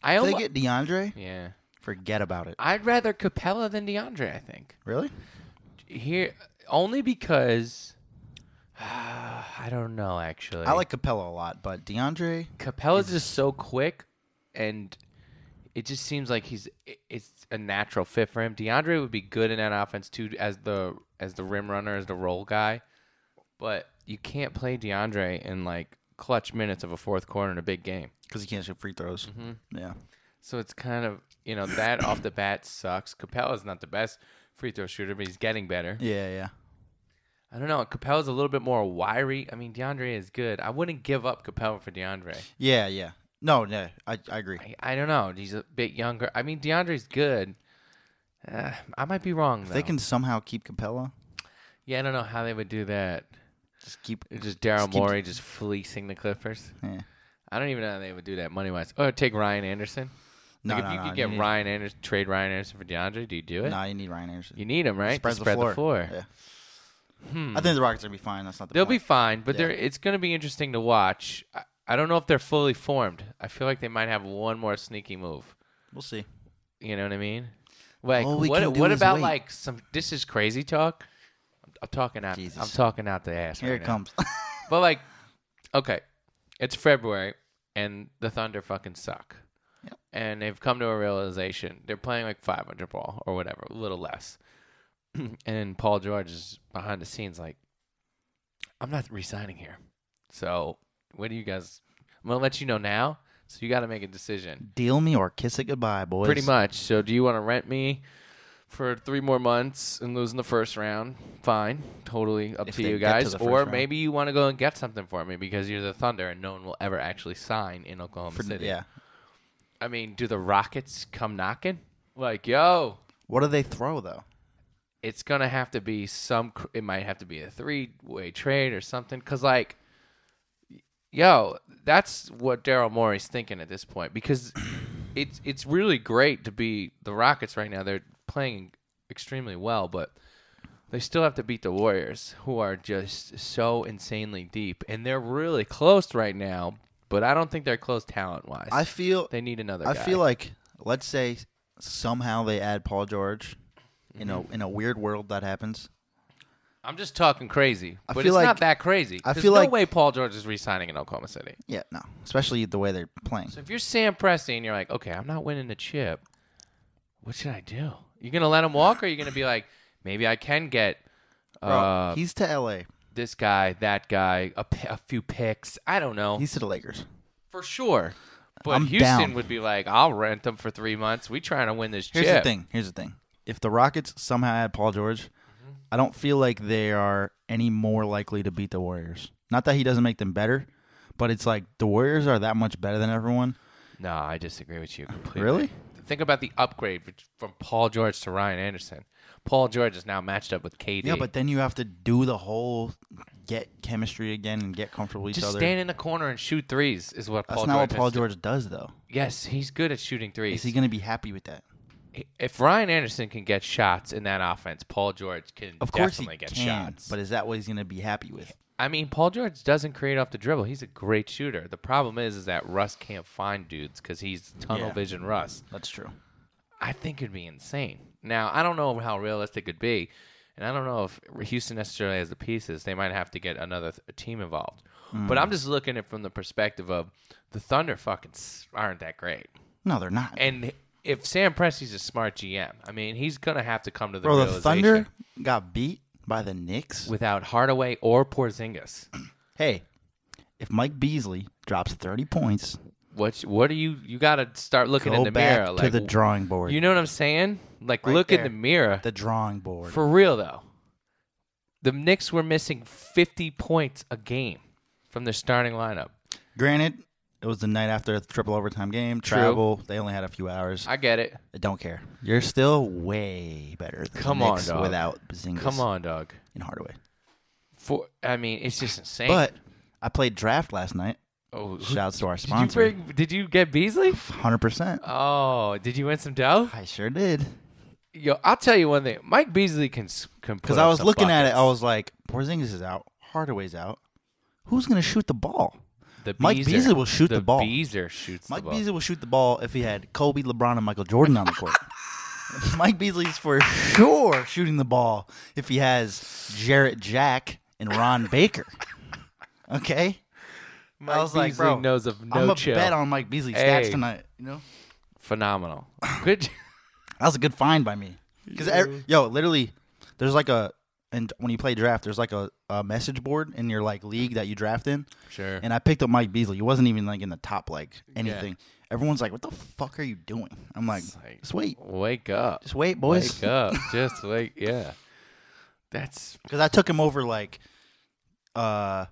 Speaker 2: I
Speaker 1: If they
Speaker 2: almost,
Speaker 1: get DeAndre,
Speaker 2: yeah.
Speaker 1: forget about it.
Speaker 2: I'd rather Capella than DeAndre. I think
Speaker 1: Really?
Speaker 2: here only because I don't know. Actually,
Speaker 1: I like Capella a lot, but DeAndre,
Speaker 2: Capella's just so quick, and it just seems like he's it- it's a natural fit for him. DeAndre would be good in that offense too, as the as the rim runner, as the roll guy. But you can't play DeAndre in like clutch minutes of a fourth quarter in a big game.
Speaker 1: because he can't shoot free throws.
Speaker 2: Mm-hmm.
Speaker 1: Yeah.
Speaker 2: So it's kind of you know that off the bat sucks. Capella's not the best free throw shooter, but he's getting better.
Speaker 1: Yeah, yeah.
Speaker 2: I don't know. Capella's a little bit more wiry. I mean, DeAndre is good. I wouldn't give up Capella for DeAndre.
Speaker 1: Yeah, yeah. No, no, I, I agree.
Speaker 2: I, I don't know. He's a bit younger. I mean, DeAndre's good. Uh, I might be wrong. Though.
Speaker 1: If they can somehow keep Capella,
Speaker 2: Yeah, I don't know how they would do that.
Speaker 1: just keep.
Speaker 2: It's just Daryl
Speaker 1: keep-
Speaker 2: Morey just fleecing the Clippers.
Speaker 1: Yeah.
Speaker 2: I don't even know how they would do that money wise. Oh, take Ryan Anderson.
Speaker 1: No,
Speaker 2: like
Speaker 1: no,
Speaker 2: if you
Speaker 1: no,
Speaker 2: could get
Speaker 1: need-
Speaker 2: Ryan Anderson, trade Ryan Anderson for DeAndre, do you do it?
Speaker 1: Nah, you need Ryan Anderson.
Speaker 2: You need him, right? to
Speaker 1: Spreads
Speaker 2: spread Hmm.
Speaker 1: the floor. Yeah. I think the Rockets are gonna be fine. That's not the.
Speaker 2: They'll be
Speaker 1: point.
Speaker 2: fine, but
Speaker 1: Yeah.
Speaker 2: they're it's going to be interesting to watch. I, I don't know if they're fully formed. I feel like they might have one more sneaky move.
Speaker 1: We'll see.
Speaker 2: You know what I mean? Like
Speaker 1: All we
Speaker 2: what?
Speaker 1: can do
Speaker 2: what
Speaker 1: is
Speaker 2: about
Speaker 1: wait.
Speaker 2: like some? This is crazy talk. I'm, I'm talking out.
Speaker 1: Jesus.
Speaker 2: I'm talking out the ass.
Speaker 1: Here
Speaker 2: right
Speaker 1: it
Speaker 2: now.
Speaker 1: comes.
Speaker 2: But like, okay, it's February and the Thunder fucking suck.
Speaker 1: Yep.
Speaker 2: And they've come to a realization. They're playing like 500 ball or whatever, a little less. and Paul George is behind the scenes like, I'm not resigning here. So what do you guys? I'm gonna let you know now. So you got to make a decision.
Speaker 1: Deal me or kiss it goodbye, boys.
Speaker 2: Pretty much. So, do you want to rent me for three more months and lose in the first round? Fine, totally up
Speaker 1: If
Speaker 2: to
Speaker 1: they
Speaker 2: you
Speaker 1: get to
Speaker 2: guys.
Speaker 1: the first
Speaker 2: or
Speaker 1: round.
Speaker 2: maybe you want to go and get something for me because you're the Thunder and no one will ever actually sign in Oklahoma
Speaker 1: For-
Speaker 2: City.
Speaker 1: Mm, yeah.
Speaker 2: I mean, do the Rockets come knocking? Like, yo,
Speaker 1: What do they throw though?
Speaker 2: it's gonna have to be some. cr- It might have to be a three-way trade or something. Cause like, yo, that's what Daryl Morey's thinking at this point because it's it's really great to be the Rockets right now. They're playing extremely well, but they still have to beat the Warriors, who are just so insanely deep, and they're really close right now. But I don't think they're close talent-wise.
Speaker 1: I feel.
Speaker 2: they need another.
Speaker 1: I
Speaker 2: guy.
Speaker 1: feel like let's say somehow they add Paul George. You know,
Speaker 2: Mm-hmm.
Speaker 1: in a weird world that happens.
Speaker 2: I'm just talking crazy,
Speaker 1: I
Speaker 2: but
Speaker 1: feel
Speaker 2: it's
Speaker 1: like-
Speaker 2: not that crazy.
Speaker 1: I
Speaker 2: There's
Speaker 1: feel
Speaker 2: no
Speaker 1: like-
Speaker 2: way Paul George is re-signing in Oklahoma City.
Speaker 1: Yeah, no. Especially the way they're playing.
Speaker 2: So if you're Sam Presti and you're like, okay, I'm not winning the chip, what should I do? You're gonna let him walk, or are you gonna be like, maybe I can get
Speaker 1: Bro,
Speaker 2: uh,
Speaker 1: he's to L.A.
Speaker 2: this guy, that guy, a, p- a few picks. I don't know
Speaker 1: He's to the Lakers.
Speaker 2: for sure. But
Speaker 1: I'm
Speaker 2: Houston
Speaker 1: down.
Speaker 2: would be like, I'll rent them for three months. We trying to win this
Speaker 1: Here's
Speaker 2: chip.
Speaker 1: the thing. Here's the thing. If the Rockets somehow add Paul George, I don't feel like they are any more likely to beat the Warriors. Not that he doesn't make them better, but it's like the Warriors are that much better than everyone.
Speaker 2: No, I disagree with you completely.
Speaker 1: Really?
Speaker 2: Think about the upgrade bet- from Paul George to Ryan Anderson. Paul George is now matched up with KD.
Speaker 1: Yeah, but then you have to do the whole get chemistry again and get comfortable with each
Speaker 2: just
Speaker 1: other.
Speaker 2: stand in the corner and shoot threes is what
Speaker 1: That's
Speaker 2: Paul
Speaker 1: not
Speaker 2: George
Speaker 1: what Paul
Speaker 2: has to-
Speaker 1: George does, though.
Speaker 2: Yes, he's good at shooting threes.
Speaker 1: Is he going to be happy with that?
Speaker 2: if Ryan Anderson can get shots in that offense, Paul George can
Speaker 1: Of course
Speaker 2: definitely
Speaker 1: he
Speaker 2: get
Speaker 1: can,
Speaker 2: shots.
Speaker 1: but is that what he's going to be happy with?
Speaker 2: I mean, Paul George doesn't create off the dribble. He's a great shooter. The problem is, is that Russ can't find dudes because he's tunnel
Speaker 1: Yeah.
Speaker 2: vision Russ.
Speaker 1: That's true.
Speaker 2: I think it'd be insane. Now, I don't know how realistic it'd be, and I don't know if Houston necessarily has the pieces. They might have to get another th- team involved.
Speaker 1: Hmm.
Speaker 2: But I'm just looking at it from the perspective of the Thunder fucking s- aren't that great.
Speaker 1: No, they're not.
Speaker 2: And if Sam Presti's a smart GM, I mean, he's gonna have to come to the
Speaker 1: Bro, the
Speaker 2: realization
Speaker 1: Thunder got beat by the Knicks.
Speaker 2: without Hardaway or Porzingis.
Speaker 1: hey, if Mike Beasley drops 30 points,
Speaker 2: What what do you you got to start looking in
Speaker 1: go
Speaker 2: the
Speaker 1: back
Speaker 2: mirror
Speaker 1: to
Speaker 2: like
Speaker 1: the drawing board.
Speaker 2: you know what I'm saying? Like
Speaker 1: Right
Speaker 2: look in
Speaker 1: there.
Speaker 2: the mirror.
Speaker 1: the drawing board.
Speaker 2: For real though, the Knicks were missing 50 points a game from their starting lineup.
Speaker 1: Granted, it was the night after the triple overtime game.
Speaker 2: True.
Speaker 1: Travel. They only had a few hours. I,
Speaker 2: I get it.
Speaker 1: don't care. You're still way better. Than
Speaker 2: Come
Speaker 1: the
Speaker 2: on,
Speaker 1: Knicks
Speaker 2: dog.
Speaker 1: without Porzingis
Speaker 2: Come on, dog.
Speaker 1: in Hardaway.
Speaker 2: For I mean, it's just insane.
Speaker 1: But I played draft last night.
Speaker 2: oh, who-
Speaker 1: Shouts to our
Speaker 2: did you
Speaker 1: sponsor.
Speaker 2: bring? Did you get Beasley?
Speaker 1: Hundred percent.
Speaker 2: Oh, did you win some dough?
Speaker 1: I sure did.
Speaker 2: Yo, I'll tell you one thing. Mike Beasley can s- can
Speaker 1: Because
Speaker 2: because
Speaker 1: I was looking at it, I was like, Porzingis is out. Hardaway's out. Who's gonna shoot the ball?
Speaker 2: the
Speaker 1: Mike
Speaker 2: Beezer-
Speaker 1: Beasley will shoot the ball.
Speaker 2: Beezer shoots
Speaker 1: Mike
Speaker 2: the ball.
Speaker 1: Beasley will shoot the ball if he had Kobe, LeBron, and Michael Jordan on the court. Mike Beasley's for sure shooting the ball if he has Jarrett Jack and Ron Baker. Okay? I was like,
Speaker 2: Beasley
Speaker 1: bro,
Speaker 2: knows of no
Speaker 1: I'm going to
Speaker 2: chill.
Speaker 1: bet on Mike Beasley's stats
Speaker 2: Hey.
Speaker 1: tonight. You know?
Speaker 2: Phenomenal. Good.
Speaker 1: That was a good find by me. Because, yo, literally, there's like a, and when you play draft, there's like a, a message board in your like league that you draft in.
Speaker 2: sure.
Speaker 1: And I picked up Mike Beasley. He wasn't even like in the top like anything. Everyone's like, "What the fuck are you doing?" I'm like,
Speaker 2: like-
Speaker 1: "Just wait,
Speaker 2: Wake up.
Speaker 1: just wait, boys."
Speaker 2: Wake up. Just wake. Yeah. That's
Speaker 1: Because I took him over like uh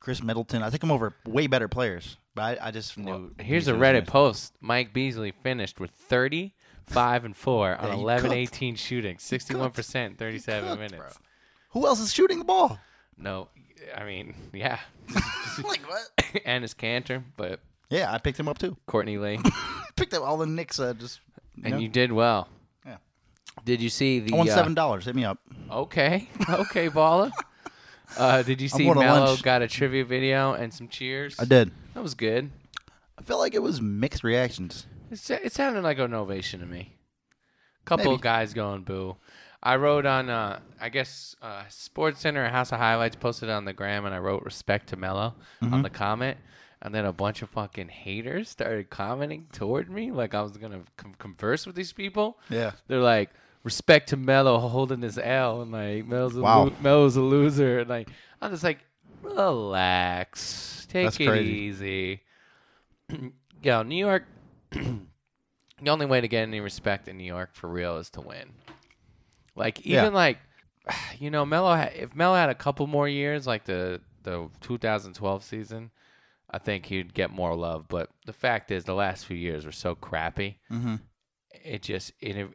Speaker 1: Chris Middleton. I took him over way better players. But I, I just knew.
Speaker 2: Well, here's
Speaker 1: Beasley
Speaker 2: a
Speaker 1: was
Speaker 2: Reddit
Speaker 1: gonna-
Speaker 2: post. Mike Beasley finished with 30, 5, and 4 on
Speaker 1: Yeah, he
Speaker 2: 11
Speaker 1: cooked.
Speaker 2: 18 shooting, 61%, 37
Speaker 1: cooked,
Speaker 2: minutes.
Speaker 1: bro. Who else is shooting the ball?
Speaker 2: No, I mean, yeah.
Speaker 1: like what?
Speaker 2: Ennis Cantor, but
Speaker 1: Yeah, I picked him up too.
Speaker 2: Courtney Lee.
Speaker 1: picked up all the Knicks. Uh, just
Speaker 2: And
Speaker 1: know?
Speaker 2: you did well.
Speaker 1: Yeah.
Speaker 2: Did you see the
Speaker 1: I won
Speaker 2: uh,
Speaker 1: seven dollars. Hit me up.
Speaker 2: Okay. Okay, Bala. Uh, did you see
Speaker 1: going to
Speaker 2: Mello
Speaker 1: lunch.
Speaker 2: got a trivia video and some cheers?
Speaker 1: I did.
Speaker 2: That was good.
Speaker 1: I feel like it was mixed reactions.
Speaker 2: It, sa- it sounded like an ovation to me. Couple
Speaker 1: Maybe.
Speaker 2: of guys going boo. I wrote on, uh, I guess, uh, Sports Center and House of Highlights posted on the gram, and I wrote respect to Mello
Speaker 1: Mm-hmm.
Speaker 2: on the comment. And then a bunch of fucking haters started commenting toward me like I was going to com- converse with these people.
Speaker 1: Yeah.
Speaker 2: They're like, respect to Mello holding his L. And like, Mello's a,
Speaker 1: Wow.
Speaker 2: lo- Melo's a loser. And like, I'm just like, relax. Take
Speaker 1: That's
Speaker 2: it
Speaker 1: crazy.
Speaker 2: easy. Yo, New York. the only way to get any respect in New York for real is to win. Like even
Speaker 1: Yeah.
Speaker 2: like, you know, Melo. Had, if Melo had a couple more years, like the the 2012 season, I think he'd get more love. But the fact is, the last few years were so crappy.
Speaker 1: Mhm.
Speaker 2: It just it, it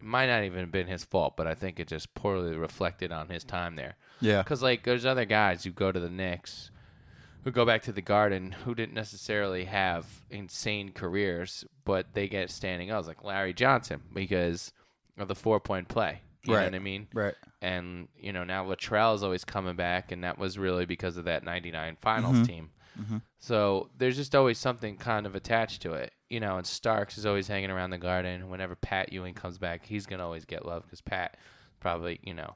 Speaker 2: might not even have been his fault, but I think it just poorly reflected on his time there.
Speaker 1: Yeah.
Speaker 2: Because like, there's other guys who go to the Knicks, who go back to the Garden, who didn't necessarily have insane careers, but they get standing. I was like Larry Johnson because of the four point play. You know
Speaker 1: Right.
Speaker 2: what I mean?
Speaker 1: Right.
Speaker 2: And you know now Latrell is always coming back, and that was really because of that '99 Finals team. So there's just always something kind of attached to it, you know. And Starks is always hanging around the Garden. Whenever Pat Ewing comes back, he's gonna always get love because Pat, probably you know,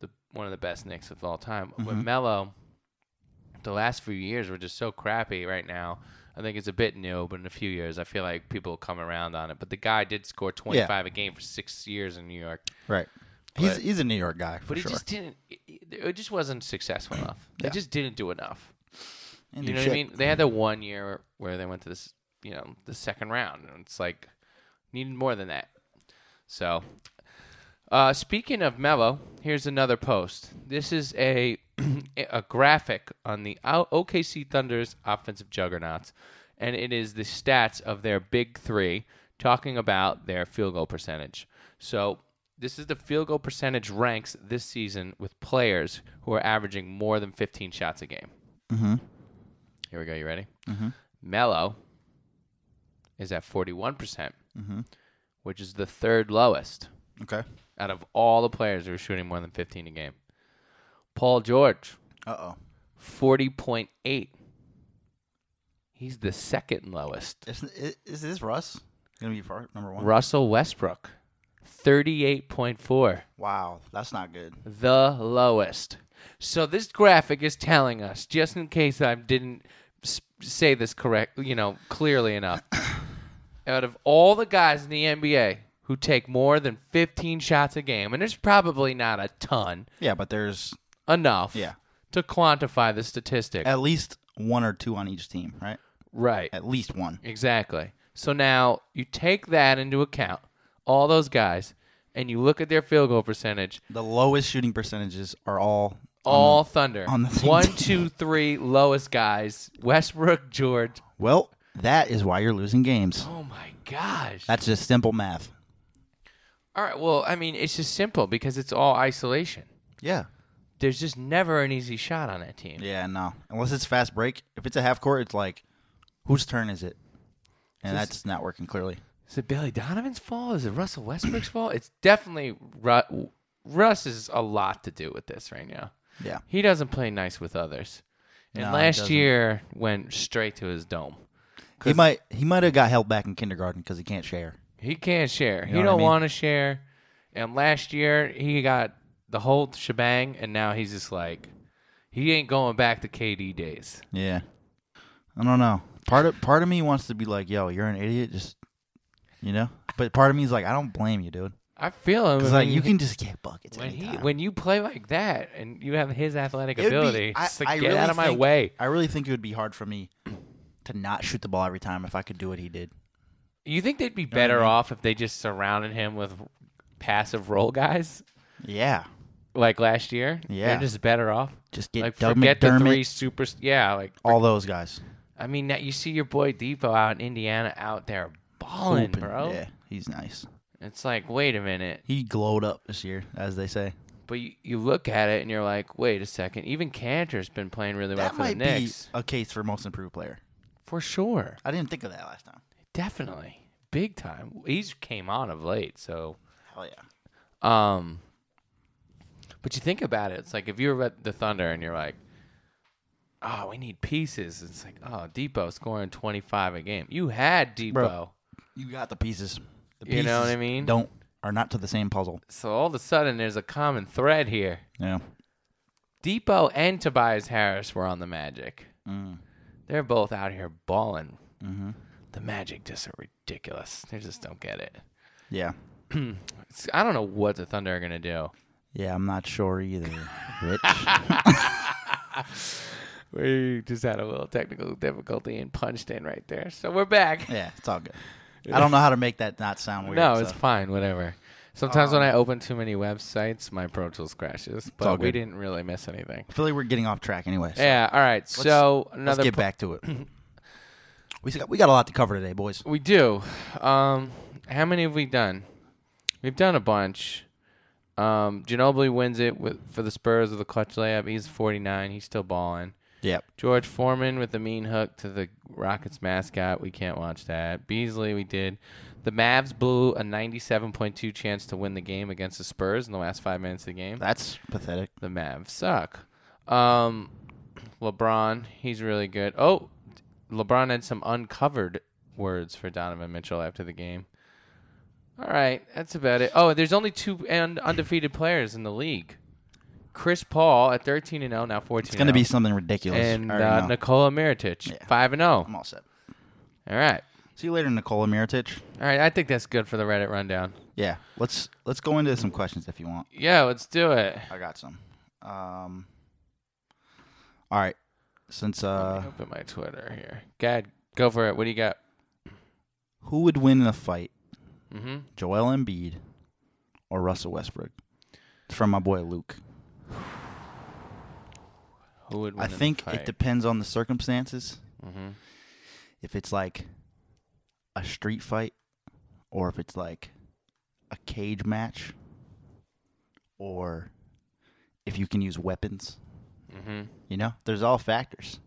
Speaker 2: the one of the best Knicks of all time. With Melo, the last few years were just so crappy. Right now, I think it's a bit new, but in a few years, I feel like people will come around on it. But the guy did score 25 a game for six years in New York,
Speaker 1: Right. He's
Speaker 2: But-
Speaker 1: he's a New York guy for
Speaker 2: but he
Speaker 1: sure.
Speaker 2: just didn't. It, it just wasn't successful enough. They
Speaker 1: Yeah.
Speaker 2: just didn't do enough.
Speaker 1: And
Speaker 2: You
Speaker 1: do
Speaker 2: know
Speaker 1: shit.
Speaker 2: what I mean? They had the one year where they went to this, you know, the second round, and it's like needed more than that. So, uh, speaking of Melo, here's another post. This is a a graphic on the O- OKC Thunder's offensive juggernauts, and it is the stats of their big three, talking about their field goal percentage. So. This is the field goal percentage ranks this season with players who are averaging more than 15 shots a game. Here we go. You ready? Mm-hmm. Mello is at 41%, percent which is the third lowest
Speaker 1: Okay.
Speaker 2: out of all the players who are shooting more than 15 a game. Paul George,
Speaker 1: Uh oh.
Speaker 2: 40.8. He's the second lowest.
Speaker 1: Is, is, is this Russ gonna be part number one?
Speaker 2: Russell Westbrook, 38.4.
Speaker 1: Wow, that's not good.
Speaker 2: the lowest. So this graphic is telling us, just in case I didn't s- say this correct, you know, clearly enough, out of all the guys in the NBA who take more than 15 shots a game, and there's probably not a ton
Speaker 1: Yeah, but there's
Speaker 2: enough
Speaker 1: Yeah.
Speaker 2: to quantify the statistic.
Speaker 1: at least one or two on each team, right?
Speaker 2: right.
Speaker 1: At least one.
Speaker 2: Exactly. So now you take that into account, all those guys, and you look at their field goal percentage,
Speaker 1: The lowest shooting percentages are all
Speaker 2: all Thunder.
Speaker 1: on the same
Speaker 2: One,
Speaker 1: team.
Speaker 2: two, three lowest guys. Westbrook, George.
Speaker 1: Well, that is why you're losing games.
Speaker 2: Oh my gosh.
Speaker 1: That's just simple math.
Speaker 2: all right. Well, I mean, it's just simple because it's all isolation.
Speaker 1: Yeah.
Speaker 2: There's just never an easy shot on that team.
Speaker 1: Yeah, no. Unless it's fast break. If it's a half court, it's like, whose turn is it? And
Speaker 2: Just-
Speaker 1: that's not working clearly.
Speaker 2: Is it Billy Donovan's fault? Is it Russell Westbrook's fault? It's definitely Ru- Russ is a lot to do with this right now.
Speaker 1: Yeah.
Speaker 2: He doesn't play nice with others. And
Speaker 1: No, he
Speaker 2: last
Speaker 1: doesn't.
Speaker 2: year went straight to his dome.
Speaker 1: He might he might have got held back in kindergarten because he can't share.
Speaker 2: He can't share.
Speaker 1: know
Speaker 2: he
Speaker 1: what I
Speaker 2: don't
Speaker 1: mean?
Speaker 2: want to share. And last year he got the whole shebang, and now he's just like, he ain't going back to KD days.
Speaker 1: Yeah. I don't know. Part of part of me wants to be like, yo, you're an idiot, just you know? But part of me is like, I don't blame you, dude.
Speaker 2: I feel him.
Speaker 1: Because
Speaker 2: when
Speaker 1: like
Speaker 2: he-
Speaker 1: you can just get buckets
Speaker 2: when he
Speaker 1: anytime.
Speaker 2: when you play like that, and you have his athletic
Speaker 1: It would be-
Speaker 2: ability,
Speaker 1: I-
Speaker 2: it's like,
Speaker 1: I
Speaker 2: get
Speaker 1: really
Speaker 2: out of my
Speaker 1: think-
Speaker 2: way.
Speaker 1: I really think it would be hard for me to not shoot the ball every time if I could do what he did.
Speaker 2: You think they'd be
Speaker 1: what I
Speaker 2: better
Speaker 1: mean?
Speaker 2: off if they just surrounded him with passive role guys
Speaker 1: Yeah.
Speaker 2: like last year?
Speaker 1: Yeah.
Speaker 2: they're just better off.
Speaker 1: Just get
Speaker 2: like
Speaker 1: Doug
Speaker 2: forget the
Speaker 1: McDermott,
Speaker 2: three super. Yeah, like
Speaker 1: all those guys.
Speaker 2: I mean, that you see your boy Depot out in Indiana out there balling,
Speaker 1: Hooping.
Speaker 2: bro.
Speaker 1: Yeah, he's nice.
Speaker 2: It's like, wait a minute.
Speaker 1: He glowed up this year, as they say.
Speaker 2: But you, you look at it and you're like, wait a second. Even Cantor's been playing really well
Speaker 1: That
Speaker 2: for the
Speaker 1: might be
Speaker 2: Knicks,
Speaker 1: a case for most improved player.
Speaker 2: for sure.
Speaker 1: I didn't think of that last time.
Speaker 2: Definitely, big time. He's came on of late, so
Speaker 1: Hell yeah.
Speaker 2: Um, but you think about it, it's like if you were at the Thunder and you're like, "Oh, we need pieces." It's like, "Oh, Depot scoring 25 a game." You had Depot,
Speaker 1: You got the pieces. The
Speaker 2: You know what I mean?
Speaker 1: Don't are not to the same puzzle.
Speaker 2: so all of a sudden there's a common thread here.
Speaker 1: Yeah.
Speaker 2: Depot and Tobias Harris were on the Magic.
Speaker 1: Mm.
Speaker 2: They're both out here balling.
Speaker 1: hmm
Speaker 2: The Magic just are ridiculous. They just don't get it.
Speaker 1: Yeah.
Speaker 2: It's, I don't know what the Thunder are gonna do.
Speaker 1: Yeah, I'm not sure either. Rich.
Speaker 2: We just had a little technical difficulty and punched in right there, so we're back.
Speaker 1: yeah, it's all good. I don't know how to make that not sound weird.
Speaker 2: No,
Speaker 1: so.
Speaker 2: it's fine. Whatever. Sometimes when I open too many websites, my Pro Tools crashes,
Speaker 1: Um, all
Speaker 2: but we
Speaker 1: good.
Speaker 2: didn't really miss anything.
Speaker 1: I feel like we're getting off track anyway. So
Speaker 2: yeah. All right. So
Speaker 1: let's
Speaker 2: another
Speaker 1: get
Speaker 2: po-
Speaker 1: back to it. we got we got a lot to cover today, boys.
Speaker 2: we do. Um, how many have we done? We've done a bunch. Um, Ginobili wins it with, for the Spurs with a clutch layup. He's 49. He's still balling.
Speaker 1: Yep.
Speaker 2: George Foreman with the mean hook to the Rockets mascot. We can't watch that. Beasley, we did. The Mavs blew a 97.2 chance to win the game against the Spurs in the last five minutes of the game.
Speaker 1: That's pathetic.
Speaker 2: the Mavs suck. Um, LeBron, he's really good. Oh, LeBron had some uncovered words for Donovan Mitchell after the game. All right, that's about it. Oh, there's only two un- undefeated players in the league. Chris Paul at 13 and 0, now 14.
Speaker 1: It's gonna be something ridiculous.
Speaker 2: and
Speaker 1: I already
Speaker 2: uh,
Speaker 1: know.
Speaker 2: Nikola Mirotic,
Speaker 1: Yeah.
Speaker 2: 5 and 0.
Speaker 1: I'm all set.
Speaker 2: All right.
Speaker 1: See you later, Nicola Miritich.
Speaker 2: All right, I think that's good for the Reddit rundown.
Speaker 1: Yeah. Let's let's go into some questions if you want.
Speaker 2: Yeah, let's do it.
Speaker 1: I got some. Um. All right. Since uh,
Speaker 2: Let me open my Twitter here. Gad, go for it. What do you got?
Speaker 1: who would win in a fight,
Speaker 2: Mhm.
Speaker 1: Joel Embiid or Russell Westbrook? It's from my boy Luke.
Speaker 2: Who would win
Speaker 1: I
Speaker 2: in the
Speaker 1: think it
Speaker 2: fight?
Speaker 1: depends on the circumstances.
Speaker 2: Mhm.
Speaker 1: If it's like a street fight, or if it's like a cage match, or if you can use weapons.
Speaker 2: Mm-hmm.
Speaker 1: You know, there's all factors.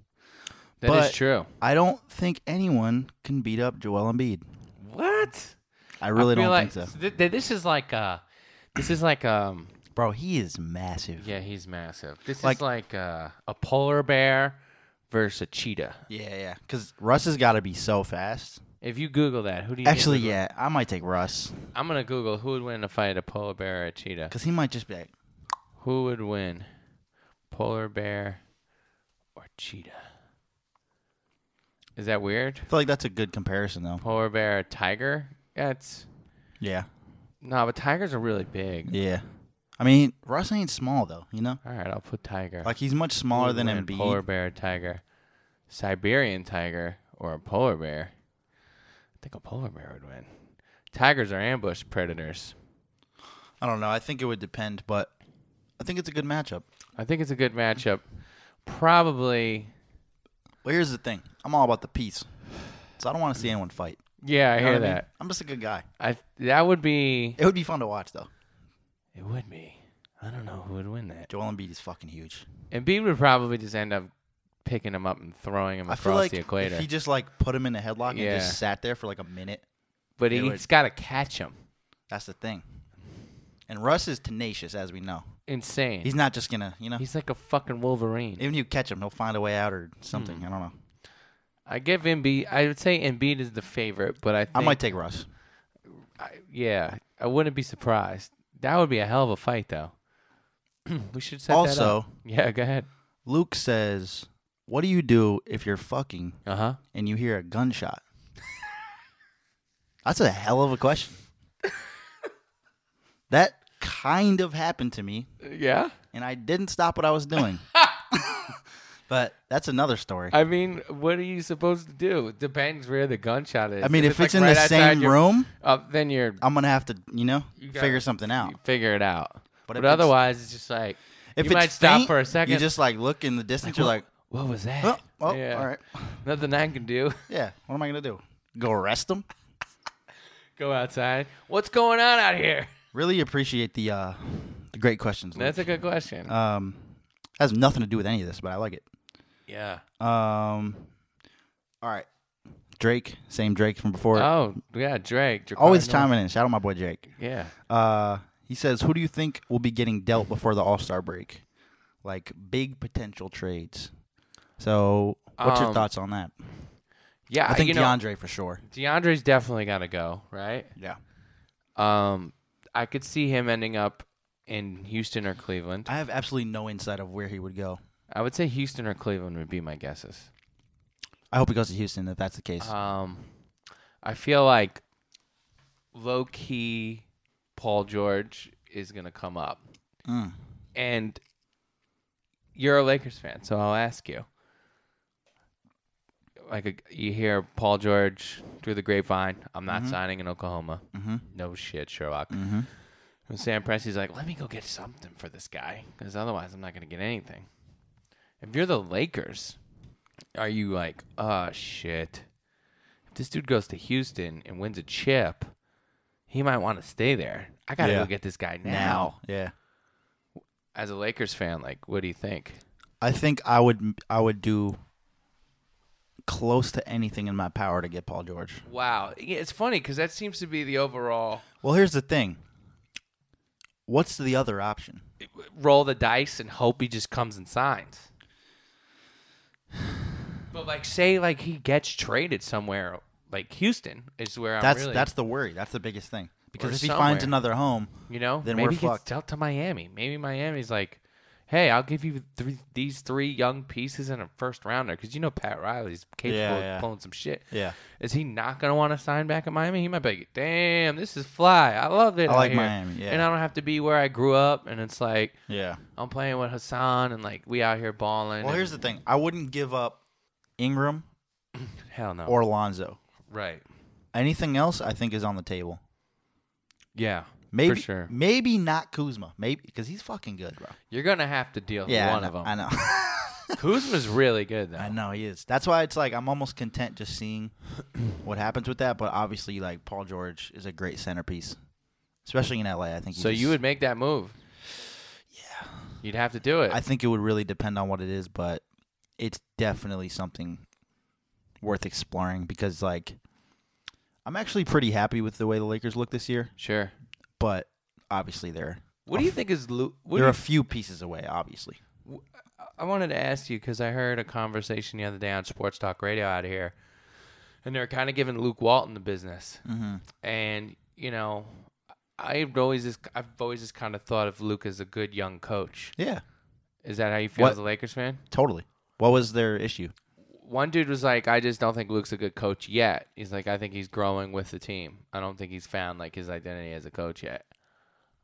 Speaker 2: That is
Speaker 1: But-
Speaker 2: true.
Speaker 1: I don't think anyone can beat up Joel Embiid.
Speaker 2: What?
Speaker 1: I really don't think so.
Speaker 2: Th- th- this is like uh this is like um
Speaker 1: Bro, he is massive.
Speaker 2: yeah, he's massive. This
Speaker 1: Like-
Speaker 2: is like uh, a polar bear versus a cheetah.
Speaker 1: Yeah, yeah. Because Russ has got to be so fast.
Speaker 2: If you Google that, who do you think
Speaker 1: Actually,
Speaker 2: would win?
Speaker 1: yeah, I might take Russ
Speaker 2: I'm gonna Google who would win in a fight, a polar bear or a cheetah.
Speaker 1: because he might just be like,
Speaker 2: Who would win, polar bear or cheetah? Is that weird?
Speaker 1: I feel like that's a good comparison, though.
Speaker 2: Polar bear or tiger? That's
Speaker 1: Yeah.
Speaker 2: no, but tigers are really big.
Speaker 1: Yeah. I mean, Russ ain't small, though, you know?
Speaker 2: All right, I'll put tiger.
Speaker 1: Like, he's much smaller
Speaker 2: Who
Speaker 1: than
Speaker 2: would win,
Speaker 1: Embiid.
Speaker 2: Polar bear, tiger, Siberian tiger, or a polar bear. I think a polar bear would win. Tigers are ambush predators.
Speaker 1: I don't know. I think it would depend, but I think it's a good matchup.
Speaker 2: I think it's a good matchup. Probably,
Speaker 1: Well, here's the thing I'm all about the peace. So I don't want to see anyone fight.
Speaker 2: yeah, I
Speaker 1: You know
Speaker 2: hear
Speaker 1: what I mean?
Speaker 2: that.
Speaker 1: I'm just a good guy.
Speaker 2: I that would be.
Speaker 1: It would be fun to watch, though.
Speaker 2: It would be. I don't know who would win that.
Speaker 1: Joel Embiid is fucking huge.
Speaker 2: Embiid would probably just end up picking him up and throwing him
Speaker 1: I
Speaker 2: across
Speaker 1: feel like
Speaker 2: the equator.
Speaker 1: if he just like put him in a headlock
Speaker 2: Yeah.
Speaker 1: and just sat there for like a minute,
Speaker 2: but
Speaker 1: it
Speaker 2: he's
Speaker 1: would-
Speaker 2: got to catch him.
Speaker 1: that's the thing. And Russ is tenacious, as we know.
Speaker 2: Insane.
Speaker 1: He's not just gonna, you know,
Speaker 2: he's like a fucking Wolverine.
Speaker 1: even you catch him, he'll find a way out or something.
Speaker 2: Hmm.
Speaker 1: I don't know.
Speaker 2: I give Embiid. I would say Embiid is the favorite, but I think
Speaker 1: I might take Russ.
Speaker 2: I, yeah, I wouldn't be surprised. That would be a hell of a fight, though. we should set that up.
Speaker 1: Also,
Speaker 2: Yeah, go ahead.
Speaker 1: Luke says, "What do you do if you're fucking
Speaker 2: Uh huh.
Speaker 1: and you hear a gunshot?" that's a hell of a question. that kind of happened to me,
Speaker 2: Yeah.
Speaker 1: and I didn't stop what I was doing. but that's another story.
Speaker 2: I mean, what are you supposed to do? It depends where the gunshot is.
Speaker 1: I mean, if it's,
Speaker 2: like,
Speaker 1: in
Speaker 2: right
Speaker 1: the
Speaker 2: outside
Speaker 1: same
Speaker 2: your-
Speaker 1: room,
Speaker 2: uh, then you're
Speaker 1: I'm gonna have to, you know,
Speaker 2: You gotta-
Speaker 1: figure something out.
Speaker 2: you figure it out.
Speaker 1: Uh, But
Speaker 2: But,
Speaker 1: if it's-
Speaker 2: otherwise, it's just like
Speaker 1: If
Speaker 2: you
Speaker 1: it's
Speaker 2: might stop
Speaker 1: faint,
Speaker 2: for a second.
Speaker 1: you just like look in the distance. you're like,
Speaker 2: what was that?
Speaker 1: oh, oh,
Speaker 2: yeah.
Speaker 1: all right,
Speaker 2: Nothing I can do.
Speaker 1: yeah. What am I gonna do? Go arrest them?
Speaker 2: Go outside. What's going on out here?
Speaker 1: Really appreciate the uh, Great questions. Luke.
Speaker 2: That's a good question.
Speaker 1: um, has nothing to do with any of this, but I like it.
Speaker 2: yeah.
Speaker 1: Um, all right, Drake, same Drake from before.
Speaker 2: Oh, yeah, Drake. Drake
Speaker 1: Always chiming in. Shout out my boy Drake.
Speaker 2: Yeah.
Speaker 1: Uh, he says, "Who do you think will be getting dealt before the All Star break? Like big potential trades." So, what's your
Speaker 2: Um,
Speaker 1: thoughts on that?
Speaker 2: Yeah,
Speaker 1: I think
Speaker 2: you know,
Speaker 1: DeAndre for sure.
Speaker 2: DeAndre's definitely got to go, right?
Speaker 1: Yeah,
Speaker 2: Um, I could see him ending up in Houston or Cleveland.
Speaker 1: I have absolutely no insight of where he would go.
Speaker 2: I would say Houston or Cleveland would be my guesses.
Speaker 1: I hope he goes to Houston if that's the case.
Speaker 2: Um, I feel like low key Paul George is gonna come up,
Speaker 1: Mm.
Speaker 2: and you're a Lakers fan, so I'll ask you. Like a, you hear Paul George through the grapevine, I'm not signing in Oklahoma. Mm-hmm. No shit, Sherlock. Mm-hmm. And Sam Presti's like, let me go get something for this guy, because otherwise I'm not gonna get anything. If you're the Lakers, are you like, oh shit? If this dude goes to Houston and wins a chip, he might want to stay there. I gotta
Speaker 1: Yeah.
Speaker 2: go get this guy now.
Speaker 1: yeah.
Speaker 2: As a Lakers fan, like, what do you think?
Speaker 1: I think I would I would do close to anything in my power to get Paul George.
Speaker 2: Wow, yeah, it's funny because that seems to be the overall
Speaker 1: Well, here's the thing. What's the other option?
Speaker 2: roll the dice and hope he just comes and signs. But like, say like he gets traded somewhere, like Houston is where I'm
Speaker 1: That's
Speaker 2: really,
Speaker 1: that's the worry. That's the biggest thing. Because
Speaker 2: Or
Speaker 1: if he
Speaker 2: somewhere.
Speaker 1: finds another home,
Speaker 2: you know,
Speaker 1: then
Speaker 2: maybe
Speaker 1: we're
Speaker 2: he gets
Speaker 1: fucked.
Speaker 2: dealt to Miami. Maybe Miami's like, hey, I'll give you three, these three young pieces and a first rounder because you know Pat Riley's capable
Speaker 1: Yeah,
Speaker 2: of
Speaker 1: yeah.
Speaker 2: pulling some shit.
Speaker 1: Yeah.
Speaker 2: Is he not going to want to sign back at Miami? He might be like, damn, this is fly. I love it.
Speaker 1: I
Speaker 2: out
Speaker 1: like
Speaker 2: here.
Speaker 1: Miami, yeah.
Speaker 2: And I don't have to be where I grew up. And it's like,
Speaker 1: yeah.
Speaker 2: I'm playing with Hassan and like we out here balling.
Speaker 1: Well,
Speaker 2: and-
Speaker 1: here's the thing. I wouldn't give up Ingram
Speaker 2: hell no.
Speaker 1: or Lonzo.
Speaker 2: right.
Speaker 1: Anything else I think is on the table.
Speaker 2: Yeah.
Speaker 1: Maybe
Speaker 2: for sure.
Speaker 1: maybe not Kuzma. Maybe because he's fucking good, bro.
Speaker 2: You're gonna have to deal with
Speaker 1: Yeah,
Speaker 2: one
Speaker 1: I
Speaker 2: of
Speaker 1: know.
Speaker 2: them.
Speaker 1: I know.
Speaker 2: Kuzma's really good though.
Speaker 1: I know he is. That's why it's like I'm almost content just seeing what happens with that. But obviously, like Paul George is a great centerpiece, especially in LA. I think. he
Speaker 2: So you
Speaker 1: just-
Speaker 2: would make that move. Yeah. You'd have to do it.
Speaker 1: I think it would really depend on what it is, but it's definitely something worth exploring because, like, I'm actually pretty happy with the way the Lakers look this year.
Speaker 2: sure.
Speaker 1: But obviously, they're
Speaker 2: What do you think is Lu- what do
Speaker 1: they're
Speaker 2: you-
Speaker 1: a few pieces away. Obviously,
Speaker 2: I wanted to ask you because I heard a conversation the other day on Sports Talk Radio out here, and they're kind of giving Luke Walton the business. Mm-hmm. And you know, I've always just, I've always just kind of thought of Luke as a good young coach.
Speaker 1: yeah,
Speaker 2: Is that how you feel
Speaker 1: What-
Speaker 2: as a Lakers fan?
Speaker 1: totally. What was their issue?
Speaker 2: One dude was like, "I just don't think Luke's a good coach yet." He's like, "I think he's growing with the team. I don't think he's found like his identity as a coach yet."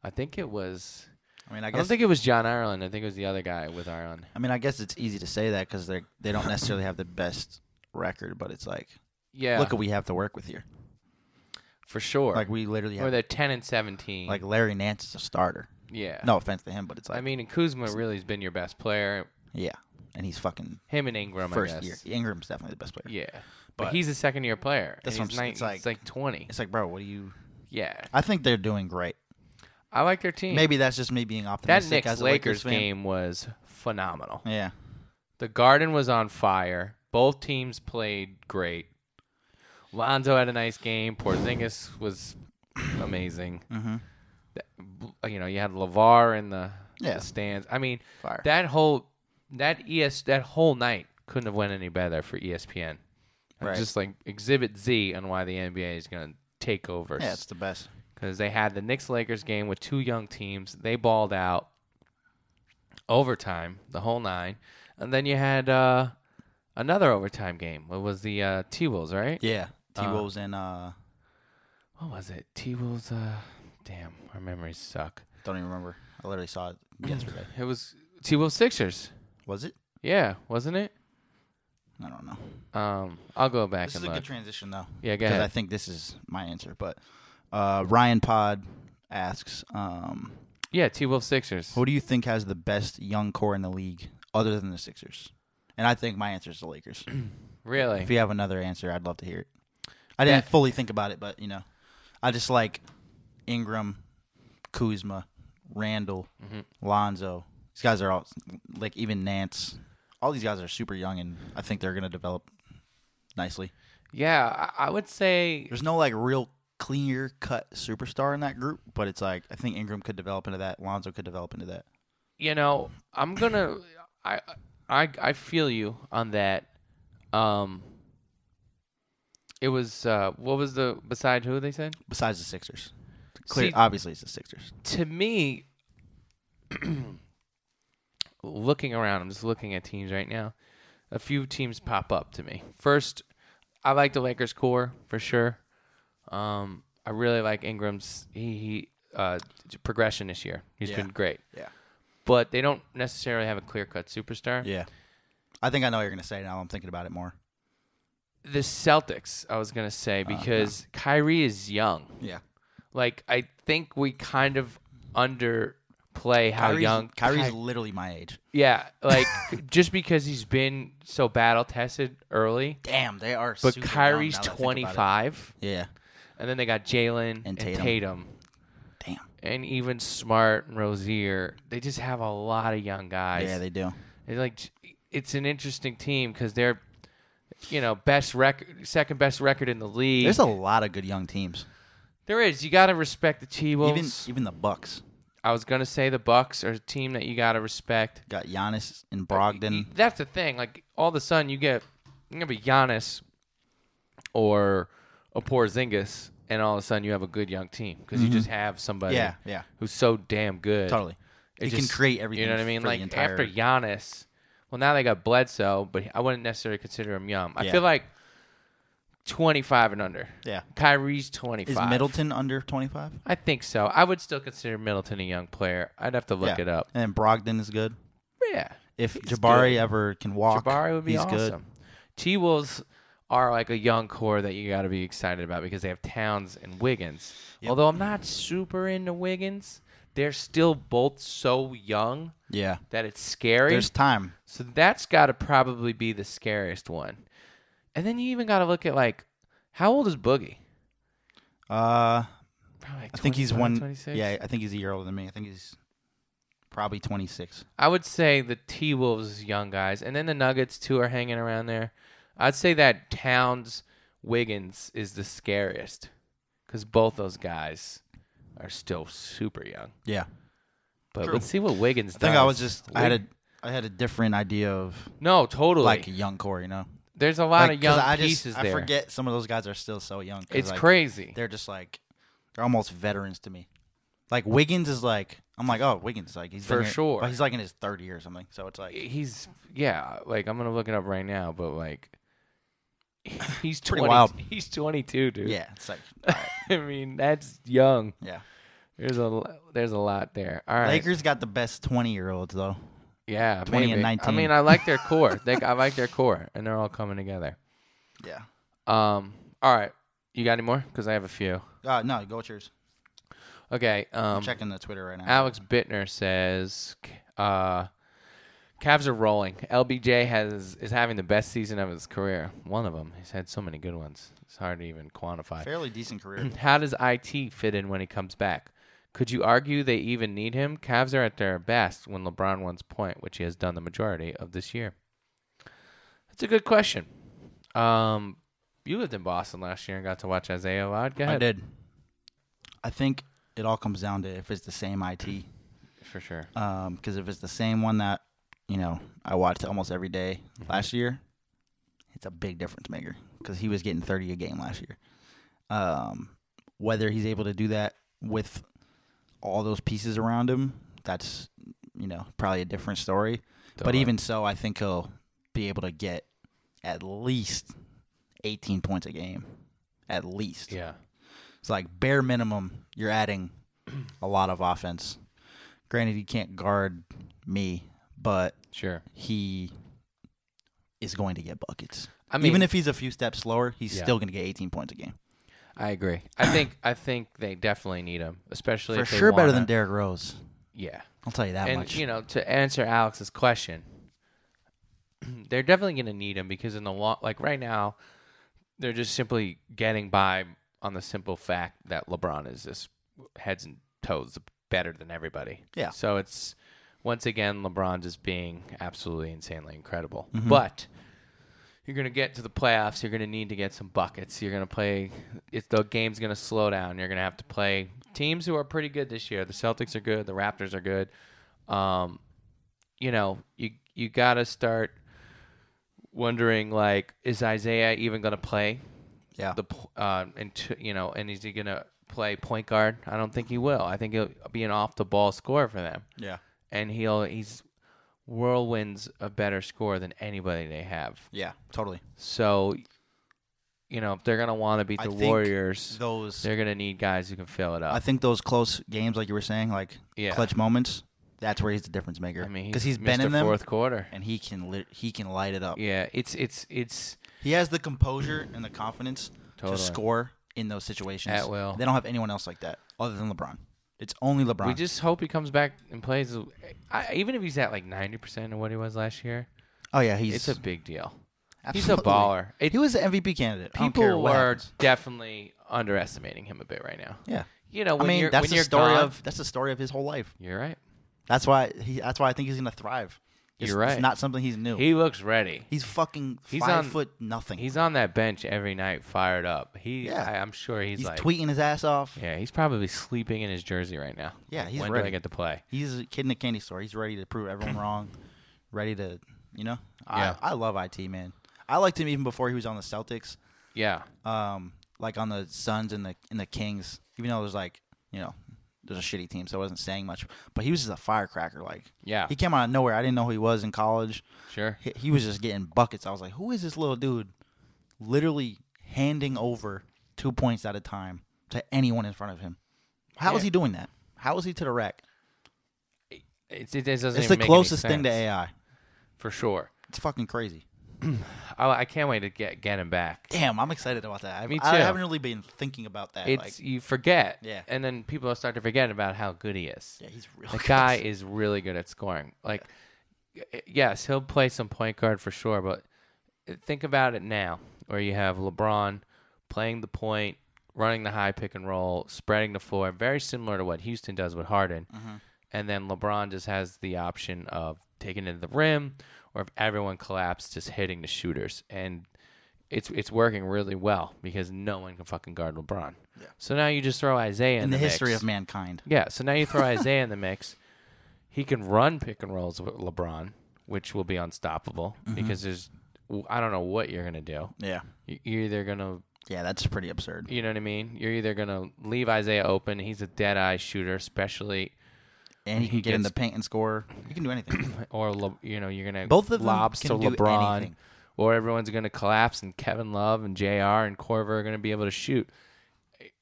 Speaker 2: I think it was.
Speaker 1: I mean, I
Speaker 2: I,
Speaker 1: guess
Speaker 2: don't think it was John Ireland. I think it was the other guy with Ireland.
Speaker 1: I mean, I guess it's easy to say that because they they don't necessarily have the best record, but it's like,
Speaker 2: Yeah,
Speaker 1: look, what we have to work with here.
Speaker 2: for sure.
Speaker 1: Like we literally
Speaker 2: or
Speaker 1: have
Speaker 2: they're ten and seventeen.
Speaker 1: like Larry Nance is a starter.
Speaker 2: yeah,
Speaker 1: No offense to him, but it's like,
Speaker 2: I mean, and Kuzma really has been your best player.
Speaker 1: yeah, and he's fucking
Speaker 2: Him and Ingram, I
Speaker 1: first
Speaker 2: guess.
Speaker 1: year. Ingram's definitely the best player.
Speaker 2: Yeah, but,
Speaker 1: But-
Speaker 2: he's a second year player.
Speaker 1: That's
Speaker 2: That's
Speaker 1: what
Speaker 2: he's
Speaker 1: I'm
Speaker 2: nine,
Speaker 1: s- it's like-
Speaker 2: he's like twenty.
Speaker 1: It's like, bro, what do you?
Speaker 2: Yeah,
Speaker 1: I think they're doing great.
Speaker 2: I like their team.
Speaker 1: Maybe that's just me being optimistic
Speaker 2: that Knicks
Speaker 1: as a Lakers,
Speaker 2: Lakers
Speaker 1: fan.
Speaker 2: game was phenomenal.
Speaker 1: Yeah,
Speaker 2: The Garden was on fire. Both teams played great. Lonzo had a nice game. Porzingis was amazing. Mm-hmm. you know, you had Lavar in the, the
Speaker 1: Yeah.
Speaker 2: stands. I mean,
Speaker 1: Fire.
Speaker 2: that whole that es that whole night couldn't have went any better for E ESPN.
Speaker 1: Right.
Speaker 2: Just like Exhibit Z on why the NBA is going to take over
Speaker 1: yeah, it's the best.
Speaker 2: because they had the Knicks Lakers game with two young teams. They balled out overtime, the whole nine, and then you had uh, another overtime game. It was the uh, T Wolves, right?
Speaker 1: Yeah, T Wolves and uh,
Speaker 2: What was it? T Wolves. Uh, damn, our memories suck.
Speaker 1: don't even remember. I literally saw it yesterday.
Speaker 2: It was T Wolves Sixers.
Speaker 1: Was it?
Speaker 2: Yeah, wasn't it?
Speaker 1: I don't know.
Speaker 2: Um, I'll go back
Speaker 1: This
Speaker 2: and
Speaker 1: is a
Speaker 2: look.
Speaker 1: good transition though.
Speaker 2: Yeah, go
Speaker 1: because
Speaker 2: ahead.
Speaker 1: I think this is my answer. But uh, Ryan Pod asks, um,
Speaker 2: yeah, T Wolves Sixers.
Speaker 1: who do you think has the best young core in the league other than the Sixers? And I think my answer is the Lakers.
Speaker 2: Really?
Speaker 1: if you have another answer, I'd love to hear it. I didn't
Speaker 2: That-
Speaker 1: fully think about it, but you know, I just like Ingram, Kuzma, Randall, Lonzo. These guys are all like even Nance. All these guys are super young, and I think they're gonna develop nicely.
Speaker 2: Yeah, I, I would say
Speaker 1: There's no like real clear cut superstar in that group, but it's like I think Ingram could develop into that. Lonzo could develop into that.
Speaker 2: you know I'm gonna I I I feel you on that. Um, it was uh, what was the beside who they said
Speaker 1: Besides the Sixers, clear.
Speaker 2: See-
Speaker 1: obviously, it's the Sixers.
Speaker 2: to me. looking around, I'm just looking at teams right now. A few teams pop up to me. First, I like the Lakers core for sure. Um, I really like Ingram's he, he uh, progression this year. He's
Speaker 1: Yeah.
Speaker 2: been great.
Speaker 1: Yeah.
Speaker 2: but they don't necessarily have a clear cut superstar.
Speaker 1: Yeah, I think I know what you're gonna say now. I'm thinking about it more.
Speaker 2: The Celtics, I was gonna say,
Speaker 1: Uh,
Speaker 2: because Kyrie is young.
Speaker 1: Yeah,
Speaker 2: Like I think we kind of underplay how
Speaker 1: Kyrie's,
Speaker 2: young
Speaker 1: Kyrie's
Speaker 2: Ky-
Speaker 1: literally my age.
Speaker 2: yeah, like just because he's been so battle tested early,
Speaker 1: Damn, they are.
Speaker 2: but
Speaker 1: super young
Speaker 2: Kyrie's
Speaker 1: now that I think about it.
Speaker 2: twenty five,
Speaker 1: Yeah.
Speaker 2: and then they got Jalen and
Speaker 1: Tatum.
Speaker 2: Tatum,
Speaker 1: Damn.
Speaker 2: and even Smart and Rozier. They just have a lot of young guys.
Speaker 1: Yeah, they do.
Speaker 2: It's like it's an interesting team because they're, you know, best record, second best record in the league.
Speaker 1: There's a lot of good young teams.
Speaker 2: there is. You got to respect the T
Speaker 1: Even
Speaker 2: Wolves.
Speaker 1: even the Bucks
Speaker 2: I was gonna say the Bucks are a team that you got to respect.
Speaker 1: got Giannis and Brogdon.
Speaker 2: That's the thing. Like all of a sudden you get you're gonna be Giannis or a Porzingis, and all of a sudden you have a good young team because you just have somebody
Speaker 1: Mm-hmm. Yeah, yeah.
Speaker 2: who's so damn good.
Speaker 1: Totally.
Speaker 2: It
Speaker 1: He can
Speaker 2: just-
Speaker 1: create everything.
Speaker 2: You know what I mean?
Speaker 1: for the
Speaker 2: Like
Speaker 1: entire-
Speaker 2: after Giannis, well now they got Bledsoe, but I wouldn't necessarily consider him young. I
Speaker 1: Yeah.
Speaker 2: feel like twenty five and under.
Speaker 1: Yeah.
Speaker 2: Kyrie's twenty
Speaker 1: Is
Speaker 2: five.
Speaker 1: Middleton under 25?
Speaker 2: I think so. I would still consider Middleton a young player. I'd have to look
Speaker 1: yeah.
Speaker 2: it up.
Speaker 1: And then Brogdon is good.
Speaker 2: Yeah.
Speaker 1: If
Speaker 2: He's
Speaker 1: Jabari
Speaker 2: good.
Speaker 1: ever can walk,
Speaker 2: Jabari would be
Speaker 1: he's good.
Speaker 2: awesome. T Wolves are like a young core that you got to be excited about because they have Towns and Wiggins. Although I'm not super into Wiggins, they're still both so young
Speaker 1: Yeah.
Speaker 2: that it's scary.
Speaker 1: There's time.
Speaker 2: So that's got to probably be the scariest one. And then you even got to look at like, how old is Boogie?
Speaker 1: Uh,
Speaker 2: Probably like
Speaker 1: I think he's
Speaker 2: 25,
Speaker 1: one.
Speaker 2: 26?
Speaker 1: Yeah, I think he's a year older than me. I think he's probably 26.
Speaker 2: I would say the T Wolves young guys, and then the Nuggets too are hanging around there. I'd say that Towns Wiggins is the scariest because both those guys are still super young.
Speaker 1: Yeah.
Speaker 2: But
Speaker 1: True.
Speaker 2: let's see what Wiggins
Speaker 1: I
Speaker 2: does.
Speaker 1: think I was just I had
Speaker 2: Wig-
Speaker 1: a I had a different idea of
Speaker 2: no totally.
Speaker 1: like a young core, you know.
Speaker 2: There's a lot
Speaker 1: Like,
Speaker 2: of young
Speaker 1: 'cause I just-
Speaker 2: pieces
Speaker 1: I
Speaker 2: there.
Speaker 1: forget some of those guys are still so young. 'cause,
Speaker 2: It's
Speaker 1: like,
Speaker 2: crazy.
Speaker 1: They're just like they're almost veterans to me. Like Wiggins is like I'm like oh Wiggins like he's been
Speaker 2: For
Speaker 1: here-
Speaker 2: sure.
Speaker 1: like, he's like in his third year or something. So it's like
Speaker 2: he's yeah like i'm gonna look it up right now but like he's
Speaker 1: Pretty
Speaker 2: 20
Speaker 1: wild.
Speaker 2: he's 22 dude
Speaker 1: yeah, it's like
Speaker 2: i mean that's young
Speaker 1: yeah.
Speaker 2: there's a l- there's a lot there all right
Speaker 1: Lakers got the best twenty year olds though.
Speaker 2: yeah
Speaker 1: 20 and
Speaker 2: maybe.
Speaker 1: 19.
Speaker 2: i mean i like their core they, i like their core and they're all coming together
Speaker 1: Yeah.
Speaker 2: um all right you got any more because i have a few
Speaker 1: Uh, no, go with yours.
Speaker 2: okay um
Speaker 1: I'm checking the Twitter right now.
Speaker 2: Alex Bittner says, uh, "Cavs are rolling. LBJ has is having the best season of his career. One of them. He's had so many good ones. It's hard to even quantify.
Speaker 1: Fairly decent career.
Speaker 2: How does IT fit in when he comes back? Could you argue they even need him? Cavs are at their best when LeBron wants point, which he has done the majority of this year. That's a good question. Um, you lived in Boston last year and got to watch Isaiah Wad. Go
Speaker 1: I
Speaker 2: ahead.
Speaker 1: did. I think it all comes down to if it's the same IT.
Speaker 2: for sure.
Speaker 1: because Um, if it's the same one that you know I watched almost every day last year, it's a big difference maker because he was getting thirty a game last year. Um, whether he's able to do that with all those pieces around him, that's you know probably a different story. But
Speaker 2: Totally.
Speaker 1: even so, I think he'll be able to get at least eighteen points a game, at least.
Speaker 2: Yeah,
Speaker 1: It's like bare minimum, you're adding a lot of offense. Granted, he can't guard me, but
Speaker 2: sure.
Speaker 1: he is going to get buckets.
Speaker 2: I mean,
Speaker 1: Even if he's a few steps slower, he's
Speaker 2: Yeah.
Speaker 1: still going to get 18 points a game.
Speaker 2: I agree. I think I think they definitely need him, especially
Speaker 1: For
Speaker 2: if they
Speaker 1: sure, better
Speaker 2: wanna-
Speaker 1: than Derrick Rose.
Speaker 2: Yeah,
Speaker 1: I'll tell you that
Speaker 2: and
Speaker 1: much.
Speaker 2: you know, to answer Alex's question, they're definitely going to need him because in the long, like right now, they're just simply getting by on the simple fact that LeBron is just heads and toes the better than everybody.
Speaker 1: Yeah.
Speaker 2: So it's once again LeBron just being absolutely insanely incredible.
Speaker 1: Mm-hmm.
Speaker 2: But you're going to get to the playoffs. You're going to need to get some buckets. You're going to play. It's the game's going to slow down. You're going to have to play teams who are pretty good this year. The Celtics are good. The Raptors are good. Um, you know, you you got to start wondering like, is Isaiah even going to play?
Speaker 1: Yeah.
Speaker 2: the p- uh, and t- you know, and is he going to play point guard? I don't think he will. I think he'll be an off the ball scorer for them,
Speaker 1: yeah.
Speaker 2: and he'll he's whirlwinds a better scorer than anybody they have.
Speaker 1: Yeah. Totally.
Speaker 2: So, you know, if they're gonna want to beat
Speaker 1: I
Speaker 2: the
Speaker 1: think
Speaker 2: Warriors,
Speaker 1: Those.
Speaker 2: they're gonna need guys who can fill it up.
Speaker 1: I think those close games, like you were saying, like
Speaker 2: Yeah.
Speaker 1: clutch moments. That's where he's the difference maker.
Speaker 2: I mean,
Speaker 1: because he's
Speaker 2: Mr.
Speaker 1: been in them
Speaker 2: fourth quarter.
Speaker 1: and he can lit he can light it up.
Speaker 2: Yeah, it's it's it's
Speaker 1: He has the composure and the confidence
Speaker 2: Totally.
Speaker 1: to score in those situations.
Speaker 2: At will.
Speaker 1: They don't have anyone else like that other than LeBron. It's only LeBron.
Speaker 2: We just hope he comes back and plays. I, even if he's at like ninety percent of what he was last year,
Speaker 1: oh yeah, he's
Speaker 2: it's a big deal.
Speaker 1: absolutely-
Speaker 2: He's a baller. It,
Speaker 1: He was an MVP candidate. I don't care
Speaker 2: people
Speaker 1: what
Speaker 2: are
Speaker 1: happens.
Speaker 2: definitely underestimating him a bit right now.
Speaker 1: yeah.
Speaker 2: You know,
Speaker 1: I
Speaker 2: when
Speaker 1: mean,
Speaker 2: you're,
Speaker 1: that's
Speaker 2: when
Speaker 1: the
Speaker 2: you're
Speaker 1: story
Speaker 2: gone-
Speaker 1: of that's the story of his whole life.
Speaker 2: You're right.
Speaker 1: That's why he. That's why I think he's gonna thrive. It's-
Speaker 2: You're right.
Speaker 1: It's not something he's new.
Speaker 2: He looks ready.
Speaker 1: he's fucking
Speaker 2: He's
Speaker 1: five
Speaker 2: on-
Speaker 1: foot nothing.
Speaker 2: He's on that bench every night, fired up. He,
Speaker 1: Yeah.
Speaker 2: I, I'm sure he's,
Speaker 1: he's
Speaker 2: like
Speaker 1: tweeting his ass off.
Speaker 2: Yeah, he's probably sleeping in his jersey right now.
Speaker 1: Yeah,
Speaker 2: Like,
Speaker 1: he's
Speaker 2: when do I
Speaker 1: ready.
Speaker 2: get to play?
Speaker 1: He's a kid in a candy store. He's ready to prove everyone wrong. Ready to, you know.
Speaker 2: Yeah.
Speaker 1: I, I love it, man. I liked him even before he was on the Celtics,
Speaker 2: Yeah,
Speaker 1: um, like on the Suns and the and the Kings. Even though there's like, you know, there's a shitty team, so I wasn't saying much. But he was just a firecracker. Like,
Speaker 2: yeah,
Speaker 1: he came out of nowhere. I didn't know who he was in college.
Speaker 2: sure.
Speaker 1: He, he was just getting buckets. I was like, who is this little dude? Literally handing over two points at a time to anyone in front of him. How is
Speaker 2: Yeah.
Speaker 1: he doing that? How is he to the rack?
Speaker 2: It's, it, doesn't
Speaker 1: It's
Speaker 2: even
Speaker 1: the
Speaker 2: make any
Speaker 1: closest thing to
Speaker 2: sense,
Speaker 1: AI.
Speaker 2: for sure.
Speaker 1: It's fucking crazy.
Speaker 2: I, I can't wait to get get him back.
Speaker 1: Damn, I'm excited about that. I,
Speaker 2: Me
Speaker 1: I
Speaker 2: too.
Speaker 1: haven't really been thinking about that.
Speaker 2: It's
Speaker 1: like,
Speaker 2: you forget,
Speaker 1: Yeah.
Speaker 2: and then people start to forget about how good he is.
Speaker 1: yeah, he's really
Speaker 2: the
Speaker 1: good.
Speaker 2: guy is really good at scoring. Like, y- yes, he'll play some point guard for sure, but uh, think about it now, where you have LeBron playing the point, running the high pick and roll, spreading the floor, very similar to what Houston does with Harden,
Speaker 1: Mm-hmm.
Speaker 2: and then LeBron just has the option of taking it to the rim, or if everyone collapsed, just hitting the shooters and. It's it's working really well because no one can fucking guard LeBron. So now you just throw Isaiah in,
Speaker 1: in the history
Speaker 2: mix.
Speaker 1: of mankind.
Speaker 2: Yeah, so now you throw Isaiah in the mix. He can run pick and rolls with LeBron, which will be unstoppable because there's I don't know what you're gonna do.
Speaker 1: Yeah,
Speaker 2: You- You're either gonna
Speaker 1: yeah, that's pretty absurd.
Speaker 2: you know what I mean. You're either gonna leave Isaiah open. He's a dead eye shooter, especially
Speaker 1: And he can
Speaker 2: He
Speaker 1: get in the
Speaker 2: gets-
Speaker 1: paint and score. He can do anything.
Speaker 2: or Le, you know you're gonna
Speaker 1: Both of them
Speaker 2: lobs
Speaker 1: can
Speaker 2: to
Speaker 1: do
Speaker 2: LeBron,
Speaker 1: anything.
Speaker 2: or everyone's gonna collapse and Kevin Love and Jr. and Corver are gonna be able to shoot.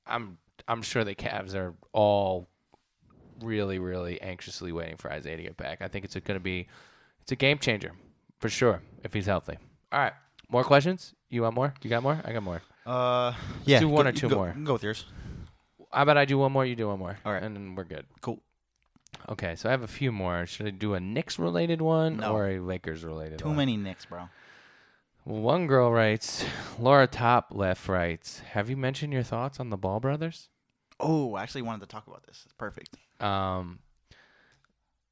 Speaker 2: I'm I'm sure the Cavs are all really really anxiously waiting for Isaiah to get back. I think it's gonna be it's a game changer for sure if he's healthy. All right, more questions? You want more? You got more? I got more.
Speaker 1: Uh, yeah,
Speaker 2: do one
Speaker 1: go-
Speaker 2: or two
Speaker 1: go-
Speaker 2: more.
Speaker 1: Go with yours.
Speaker 2: How about I do one more? You do one more.
Speaker 1: All right.
Speaker 2: and then we're good.
Speaker 1: Cool.
Speaker 2: Okay, so I have a few more. Should I do a Knicks related one
Speaker 1: No.
Speaker 2: or a Lakers related?
Speaker 1: Too
Speaker 2: one?
Speaker 1: many Knicks, bro.
Speaker 2: One girl writes, Laura Top left writes, Have you mentioned your thoughts on the Ball Brothers?
Speaker 1: Oh, I actually wanted to talk about this. It's perfect.
Speaker 2: Um,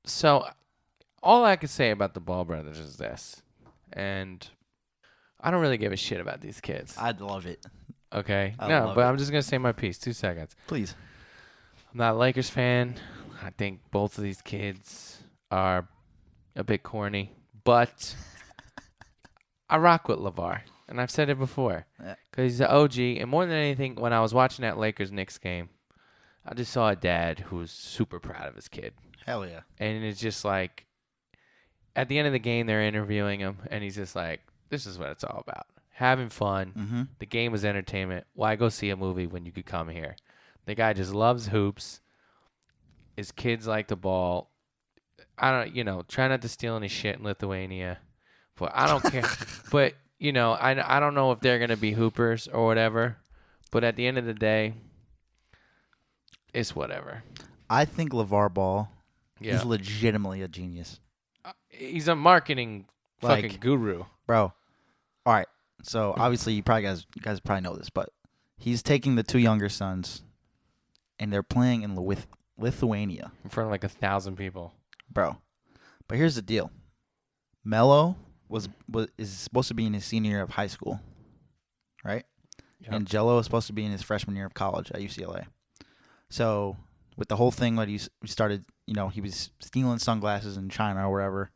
Speaker 2: so, all I could say about the Ball Brothers is this, and I don't really give a shit about these kids.
Speaker 1: I'd love it.
Speaker 2: Okay,
Speaker 1: I
Speaker 2: no,
Speaker 1: love
Speaker 2: but
Speaker 1: it.
Speaker 2: I'm just gonna say my piece. Two seconds.
Speaker 1: Please.
Speaker 2: I'm not a Lakers fan. I think both of these kids are a bit corny, but I rock with LeVar, and I've said it before
Speaker 1: Yeah.
Speaker 2: because he's an OG. And more than anything, when I was watching that Lakers Knicks game, I just saw a dad who was super proud of his kid,
Speaker 1: Hell yeah.
Speaker 2: and it's just like at the end of the game they're interviewing him, and he's just like, "This is what it's all about: having fun."
Speaker 1: Mm-hmm.
Speaker 2: The game was entertainment. Why go see a movie when you could come here? The guy just loves hoops. His kids like the ball. I don't, you know, try not to steal any shit in Lithuania, but I don't care. but you know, I I don't know if they're gonna be hoopers or whatever. But at the end of the day, it's whatever.
Speaker 1: I think LeVar Ball
Speaker 2: Yeah,
Speaker 1: is legitimately a genius.
Speaker 2: he's a marketing
Speaker 1: Like-
Speaker 2: fucking guru.
Speaker 1: bro. All right. So obviously, you probably guys you guys probably know this, but he's taking the two younger sons, and they're playing in Lewith- Lithuania,
Speaker 2: in front of like a thousand people.
Speaker 1: bro. But here's the deal: Mello was, was is supposed to be in his senior year of high school, right?
Speaker 2: Yep.
Speaker 1: And Jello is supposed to be in his freshman year of college at UCLA. So with the whole thing that he s- he started, you know, he was stealing sunglasses in China or wherever.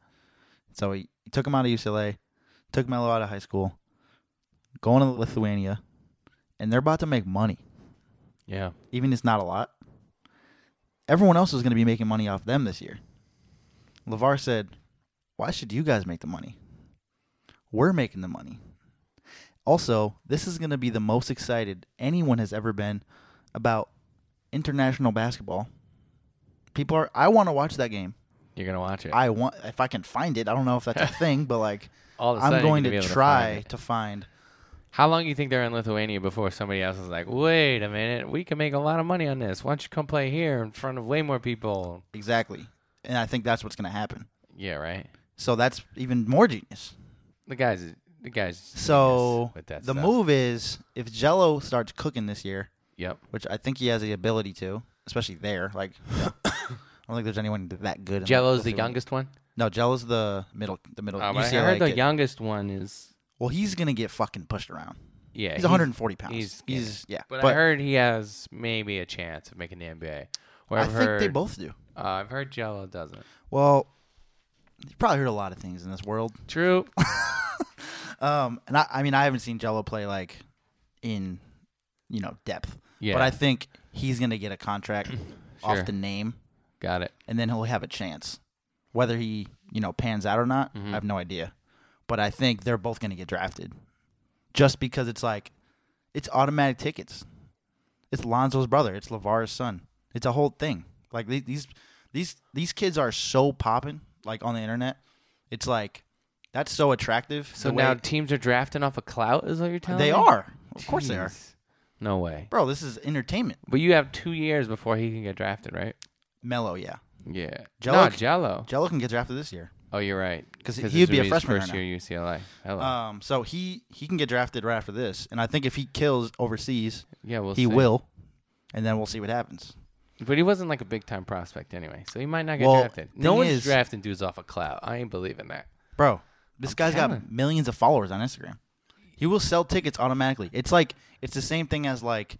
Speaker 1: So he, he took him out of UCLA, took Mello out of high school, going to Lithuania, and they're about to make money
Speaker 2: Yeah.
Speaker 1: even it's not a lot. Everyone else is going to be making money off them this year. Lavar said, "Why should you guys make the money? We're making the money." Also, this is going to be the most excited anyone has ever been about international basketball. People are I want to watch that game.
Speaker 2: You're gonna watch it.
Speaker 1: I want if I can find it. I don't know if that's a thing, but like
Speaker 2: All of a
Speaker 1: I'm
Speaker 2: sudden, you're
Speaker 1: going
Speaker 2: gonna be
Speaker 1: to
Speaker 2: able to
Speaker 1: try
Speaker 2: find it.
Speaker 1: to find
Speaker 2: How long do you think they're in Lithuania before somebody else is like, wait a minute, we can make a lot of money on this. Why don't you come play here in front of way more people?
Speaker 1: exactly. And I think that's what's going to happen.
Speaker 2: Yeah, right.
Speaker 1: So that's even more genius.
Speaker 2: The guys, the guys.
Speaker 1: So
Speaker 2: genius with that
Speaker 1: the
Speaker 2: stuff.
Speaker 1: move is if Jello starts cooking this year,
Speaker 2: Yep.
Speaker 1: which I think he has the ability to, especially there. Like, I don't think there's anyone that good. in
Speaker 2: Jello's the
Speaker 1: Lithuania.
Speaker 2: youngest one.
Speaker 1: No, Jello's the middle. The middle.
Speaker 2: Oh, but I
Speaker 1: UCLA
Speaker 2: heard the
Speaker 1: kid.
Speaker 2: youngest one is.
Speaker 1: Well, he's gonna get fucking pushed around.
Speaker 2: Yeah,
Speaker 1: He's 140 pounds.
Speaker 2: he's-
Speaker 1: He's,
Speaker 2: yeah.
Speaker 1: yeah.
Speaker 2: But, I heard he has maybe a chance of making the NBA. Or
Speaker 1: I
Speaker 2: I've
Speaker 1: think
Speaker 2: heard,
Speaker 1: they both do.
Speaker 2: Uh, I've heard Jello doesn't.
Speaker 1: Well, you've probably heard a lot of things in this world.
Speaker 2: True.
Speaker 1: Um, and I, I mean, I haven't seen Jello play like in, you know, depth.
Speaker 2: Yeah.
Speaker 1: But I think he's gonna get a contract
Speaker 2: Sure.
Speaker 1: off the name.
Speaker 2: Got it.
Speaker 1: and then he'll have a chance. Whether he, you know, pans out or not,
Speaker 2: Mm-hmm.
Speaker 1: I have no idea. But I think they're both going to get drafted just because it's like it's automatic tickets. It's Lonzo's brother, it's LeVar's son. It's a whole thing. Like the- these these these kids are so popping like on the internet. It's like that's so attractive.
Speaker 2: So
Speaker 1: the
Speaker 2: now
Speaker 1: way-
Speaker 2: teams are drafting off a clout, is what you're telling
Speaker 1: they
Speaker 2: me?
Speaker 1: are. Of course they are.
Speaker 2: Jeez. No way.
Speaker 1: Bro, this is entertainment.
Speaker 2: But you have two years before he can get drafted, right?
Speaker 1: Mello, yeah.
Speaker 2: Yeah.
Speaker 1: Jello
Speaker 2: No,
Speaker 1: c-
Speaker 2: Jello.
Speaker 1: Jello can get drafted this year.
Speaker 2: Oh, you're right.
Speaker 1: 'Cause
Speaker 2: this
Speaker 1: he'd
Speaker 2: is
Speaker 1: be a
Speaker 2: his
Speaker 1: freshman
Speaker 2: first
Speaker 1: right
Speaker 2: year UCLA. Hello.
Speaker 1: Um, so he he can get drafted right after this, and I think if he kills overseas,
Speaker 2: yeah, we'll
Speaker 1: he
Speaker 2: see.
Speaker 1: will, and then we'll see what happens.
Speaker 2: But he wasn't like a big time prospect anyway, so he might not get
Speaker 1: Well,
Speaker 2: drafted. No
Speaker 1: thing
Speaker 2: one's
Speaker 1: is-
Speaker 2: drafting dudes off a clout. I ain't believing that.
Speaker 1: Bro, this guy's
Speaker 2: telling.
Speaker 1: got millions of followers on Instagram. He will sell tickets automatically. It's like it's the same thing as like